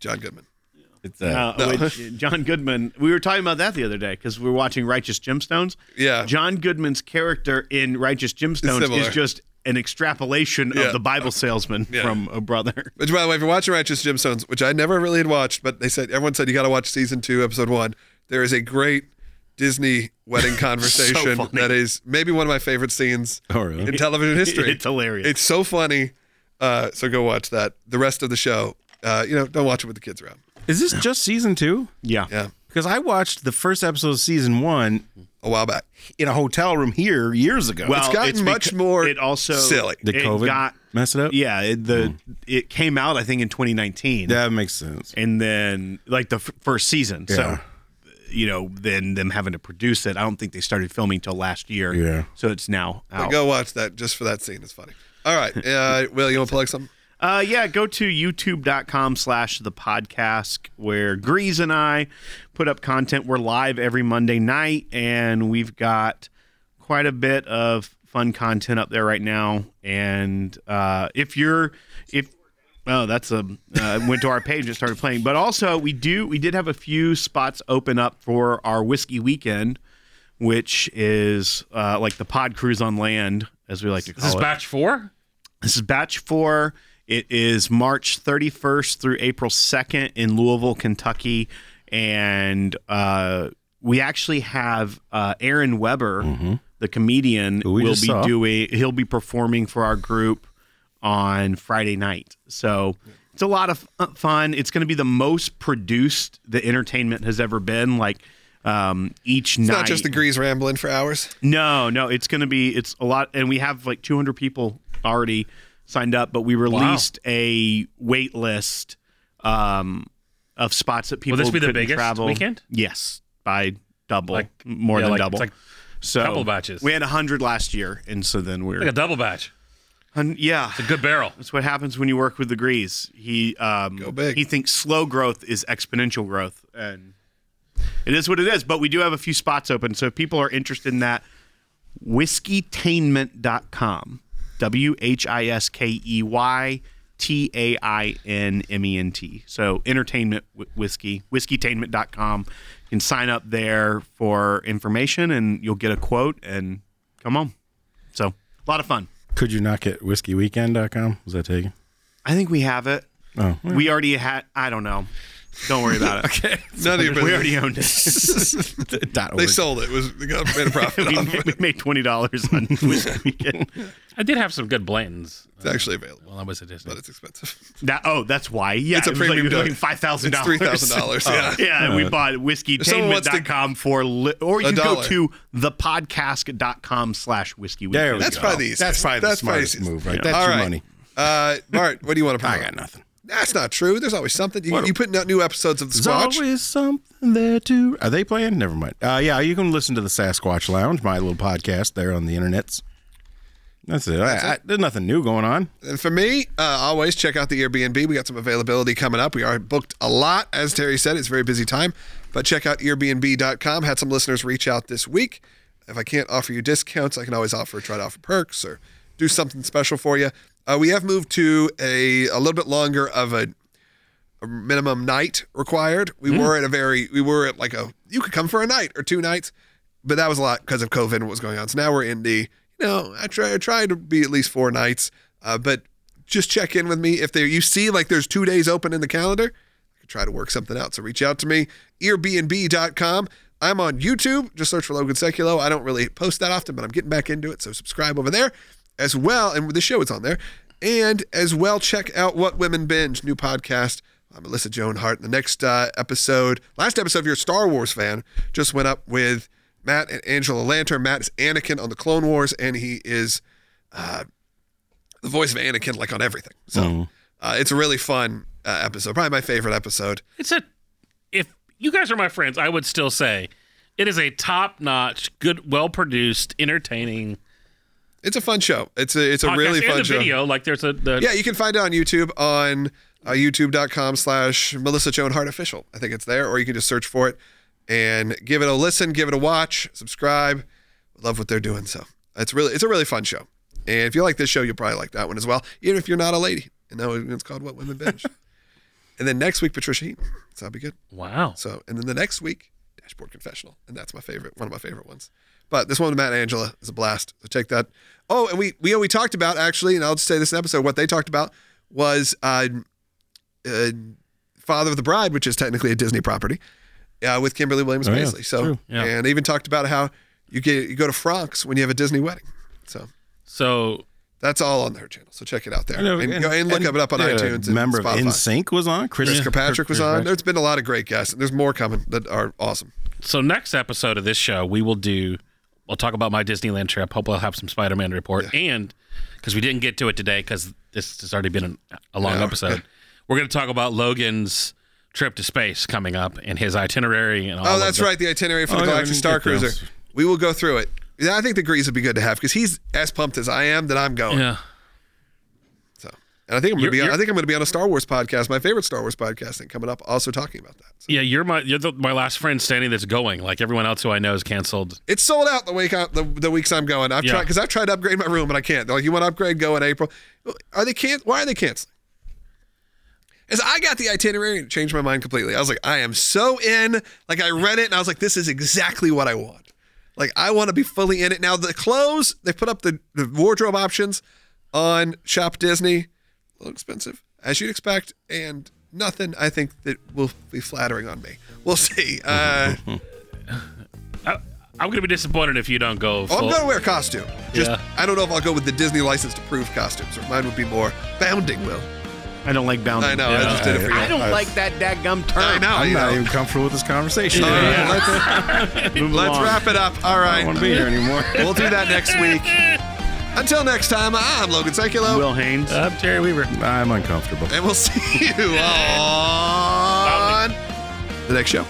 S2: John Goodman.
S3: It's uh,
S7: Uh, which, John Goodman. We were talking about that the other day because we were watching Righteous Gemstones.
S2: Yeah.
S7: John Goodman's character in Righteous Gemstones
S2: similar.
S7: is just an extrapolation
S2: Yeah.
S7: of the Bible salesman
S2: Yeah.
S7: from A Brother.
S2: Which, by the way, if you're watching Righteous Gemstones, which I never really had watched, but they said everyone said you got to watch season two, episode one. There is a great Disney wedding conversation
S7: funny.
S2: that is maybe one of my favorite scenes
S3: Oh, really?
S2: in television history.
S7: It's hilarious.
S2: It's so funny. Uh, so go watch that. The rest of the show, uh, you know, don't watch it with the kids around.
S3: is this just season two?
S7: yeah.
S2: Yeah,
S3: Because I watched the first episode of season one
S2: a while back.
S3: in a hotel room here years ago.
S7: Well,
S2: It's gotten
S7: beca-
S2: much more
S7: It also
S2: silly. Mm.
S3: did
S7: it
S3: COVID
S7: got-
S3: mess it up?
S7: yeah. It, the it came out I think in 2019.
S3: That makes sense.
S7: and then like the f- first season. So,
S3: Yeah.
S7: you know, then them having to produce it. I don't think they started filming till last year.
S3: Yeah.
S7: So it's now
S2: But
S7: out.
S2: go watch that just for that scene. It's funny. All right, uh, Will, you want to plug something?
S7: Uh, yeah, go to youtube.com slash the podcast where Grease and I put up content. We're live every Monday night, and we've got quite a bit of fun content up there right now. And uh, if you're, if, oh, that's a, uh, went to our page and started playing. But also, we do, we did have a few spots open up for our whiskey weekend, which is uh, like the pod cruise on land, as we like to call
S4: this is
S7: it.
S4: batch four?
S7: This is batch four. It is March 31st through April 2nd in Louisville, Kentucky. And uh, we actually have uh, Aaron Weber, the comedian,
S3: we
S7: will
S3: just
S7: be
S3: saw.
S7: doing, he'll be performing for our group on Friday night. So it's a lot of fu- fun. It's going to be the most produced the entertainment has ever been. Like, um, each
S2: It's
S7: night,
S2: not just the Grease rambling for hours.
S7: no, no, it's going to be it's a lot, and we have like 200 people already signed up, but we released a wait list um, of spots that people
S4: this be the
S7: couldn't
S4: biggest
S7: travel.
S4: weekend?
S7: Yes, by double,
S4: Like-
S7: more
S4: yeah,
S7: than
S4: like-
S7: double.
S4: it's like
S7: so
S4: couple batches.
S7: We had 100 last year, and so then we're
S4: Like a double batch.
S7: hun- yeah.
S4: It's a good barrel.
S7: That's what happens when you work with the Grease. He um,
S2: big.
S7: he thinks slow growth is exponential growth, and it is what it is. But we do have a few spots open, so if people are interested in that, whiskeytainment.com. W H I S K E Y T A I N M E N T. So entertainment wh- whiskey, whiskeytainment.com. You can sign up there for information and you'll get a quote and come on. So a lot of fun.
S3: Could you not get whiskeyweekend.com? Was that taken?
S7: I think we have it.
S3: Oh.
S7: We already had. I don't know. Don't worry about it. okay.
S2: None of your
S7: We
S2: business.
S7: already owned it.
S3: Dot
S2: They
S3: org.
S2: sold it. It was they got made a profit.
S7: we,
S2: off of
S7: made,
S2: it.
S7: we made twenty dollars on Whiskey Weekend.
S4: I did have some good Blantons
S2: It's actually available,
S4: while I was at Disney.
S2: but it's expensive.
S7: That oh, that's why. Yeah,
S2: It's a
S7: it was like,
S2: premium
S7: it was like
S2: donut.
S7: five thousand
S2: It's
S7: dollars. Oh,
S2: three thousand dollars. Yeah.
S7: Yeah, we bought
S2: someone wants to-
S7: whiskeytainment.com for li- or you
S2: A
S7: can go
S2: dollar.
S7: to thepodcast.com slash whiskey
S3: There
S7: weekend.
S3: we
S2: That's
S3: go.
S2: probably the
S3: That's
S2: easiest.
S3: probably the
S2: That's probably
S3: smartest
S2: the easiest.
S3: move, right? That's
S2: All
S3: your
S2: right.
S3: money.
S2: Uh, Bart, what do you want to
S3: I
S2: promote?
S3: got nothing.
S2: That's not true. There's always something. You, you putting out new episodes of the
S3: There's
S2: Squatch?
S3: always something there too. Are they playing? Never mind. Uh, yeah, you can listen to the Sasquatch Lounge, my little podcast there on the internets. That's it. I, I, there's nothing new going on.
S2: And for me, uh, always check out the Airbnb. We got some availability coming up. We are booked a lot, as Terry said. It's a very busy time, but check out Airbnb.com. Had some listeners reach out this week. If I can't offer you discounts, I can always offer try to offer perks or do something special for you. Uh, we have moved to a a little bit longer of a minimum night required. We were at a very, we were at like a, you could come for a night or two nights, but that was a lot because of COVID and what was going on. So now we're in the, you know, I try, I try to be at least four nights, uh, but just check in with me. If there, you see like there's two days open in the calendar, I could try to work something out. So reach out to me, earbnb.com. I'm on YouTube. Just search for Logan Seculo. I don't really post that often, but I'm getting back into it. So subscribe over there as well. And the show is on there. And as well, check out What Women Binge, new podcast by Melissa Joan Hart. The next uh, episode, last episode, if you're a Star Wars fan, just went up with Matt and Angela Lantern. Matt is Anakin on the Clone Wars, and he is uh, the voice of Anakin, like on everything. So uh, it's a really fun uh, episode. Probably my favorite episode.
S4: It's a if you guys are my friends, I would still say it is a top notch, good, well produced, entertaining
S2: It's a fun show. It's a it's a
S4: podcast.
S2: really
S4: and
S2: fun
S4: the
S2: show.
S4: video. Like there's a the
S2: Yeah, you can find it on YouTube on uh, youtube.com slash Melissa Joan Hart Official. I think it's there, or you can just search for it and give it a listen, give it a watch, subscribe. Love what they're doing. So it's really it's a really fun show. And if you like this show, you'll probably like that one as well, even if you're not a lady. And that one- it's called What Women Binge. and then next week, Patricia Heaton. So that'll be good.
S4: wow.
S2: So and then the next week, Dashboard Confessional, and that's my favorite, one of my favorite ones. But this one with Matt and Angela is a blast. So take that. Oh, and we we we talked about actually, and I'll just say this in the episode. What they talked about was uh, uh, Father of the Bride, which is technically a Disney property, uh, with Kimberly Williams Paisley. so
S4: Yeah.
S2: and they even talked about how you get you go to France when you have a Disney wedding. So
S4: So
S2: that's all on her channel. So check it out there,
S3: I know,
S2: and, go and look
S3: and-
S2: up it up on
S3: yeah,
S2: iTunes. And
S3: Member
S2: Spotify.
S3: of NSYNC was on Chris
S2: Chris Kirkpatrick was on. There's been a lot of great guests. and There's more coming that are awesome.
S4: so next episode of this show, we will do. We'll talk about my Disneyland trip. Hope I'll have some Spider Man report, and because we didn't get to it today, because this has already been an, a long episode, we're going to talk about Logan's trip to space coming up and his itinerary and all.
S2: Oh,
S4: of
S2: that's
S4: the-
S2: right. The itinerary for the
S3: Oh, yeah, I
S2: Galactic
S3: didn't
S2: Star
S3: get those.
S2: Cruiser. We will go through it. Yeah, I think the Grease would be good to have because he's as pumped as I am that I'm going.
S4: Yeah.
S2: So, and I think I'm gonna
S4: You're-
S2: be. On,
S4: you're-
S2: I think I'm gonna be on a Star Wars podcast, my favorite Star Wars podcast, and coming up also talking about that. So,
S4: Yeah, you're my you're the, my last friend standing that's going. Like everyone else who I know is canceled.
S2: it's sold out the week I, the, the weeks I'm going. I've
S4: Yeah.
S2: tried because I've tried to upgrade my room and I can't. They're like, you want to upgrade? Go in April. Are they can? Why are they canceling? As I got the itinerary, it changed my mind completely. I was like, I am so in. Like I read it and I was like, this is exactly what I want. Like I want to be fully in it. Now the clothes they put up the, the wardrobe options on Shop Disney, a little expensive as you'd expect, and nothing I think that will be flattering on me. We'll see. Uh,
S4: I'm gonna be disappointed if you don't go.
S2: Oh,
S4: full-
S2: I'm gonna wear a costume. Just
S4: Yeah.
S2: I don't know if I'll go with the Disney license to prove costumes, or mine would be more bounding. Will
S7: I don't like bounding.
S2: I know? I
S4: Yeah.
S2: just did it for you.
S7: Um, I don't like that dadgum term.
S2: I know.
S3: I'm
S2: you
S3: not
S2: know.
S3: even comfortable with this conversation.
S2: All right,
S3: I
S7: Move
S2: Let's
S7: along.
S2: wrap it up. All
S3: don't want
S2: right,
S3: to be here anymore.
S2: we'll do that next week. Until next time, I'm Logan Seculo,
S7: Will Haynes.
S4: I'm Terry Weaver.
S3: I'm uncomfortable.
S2: and we'll see you on the next show.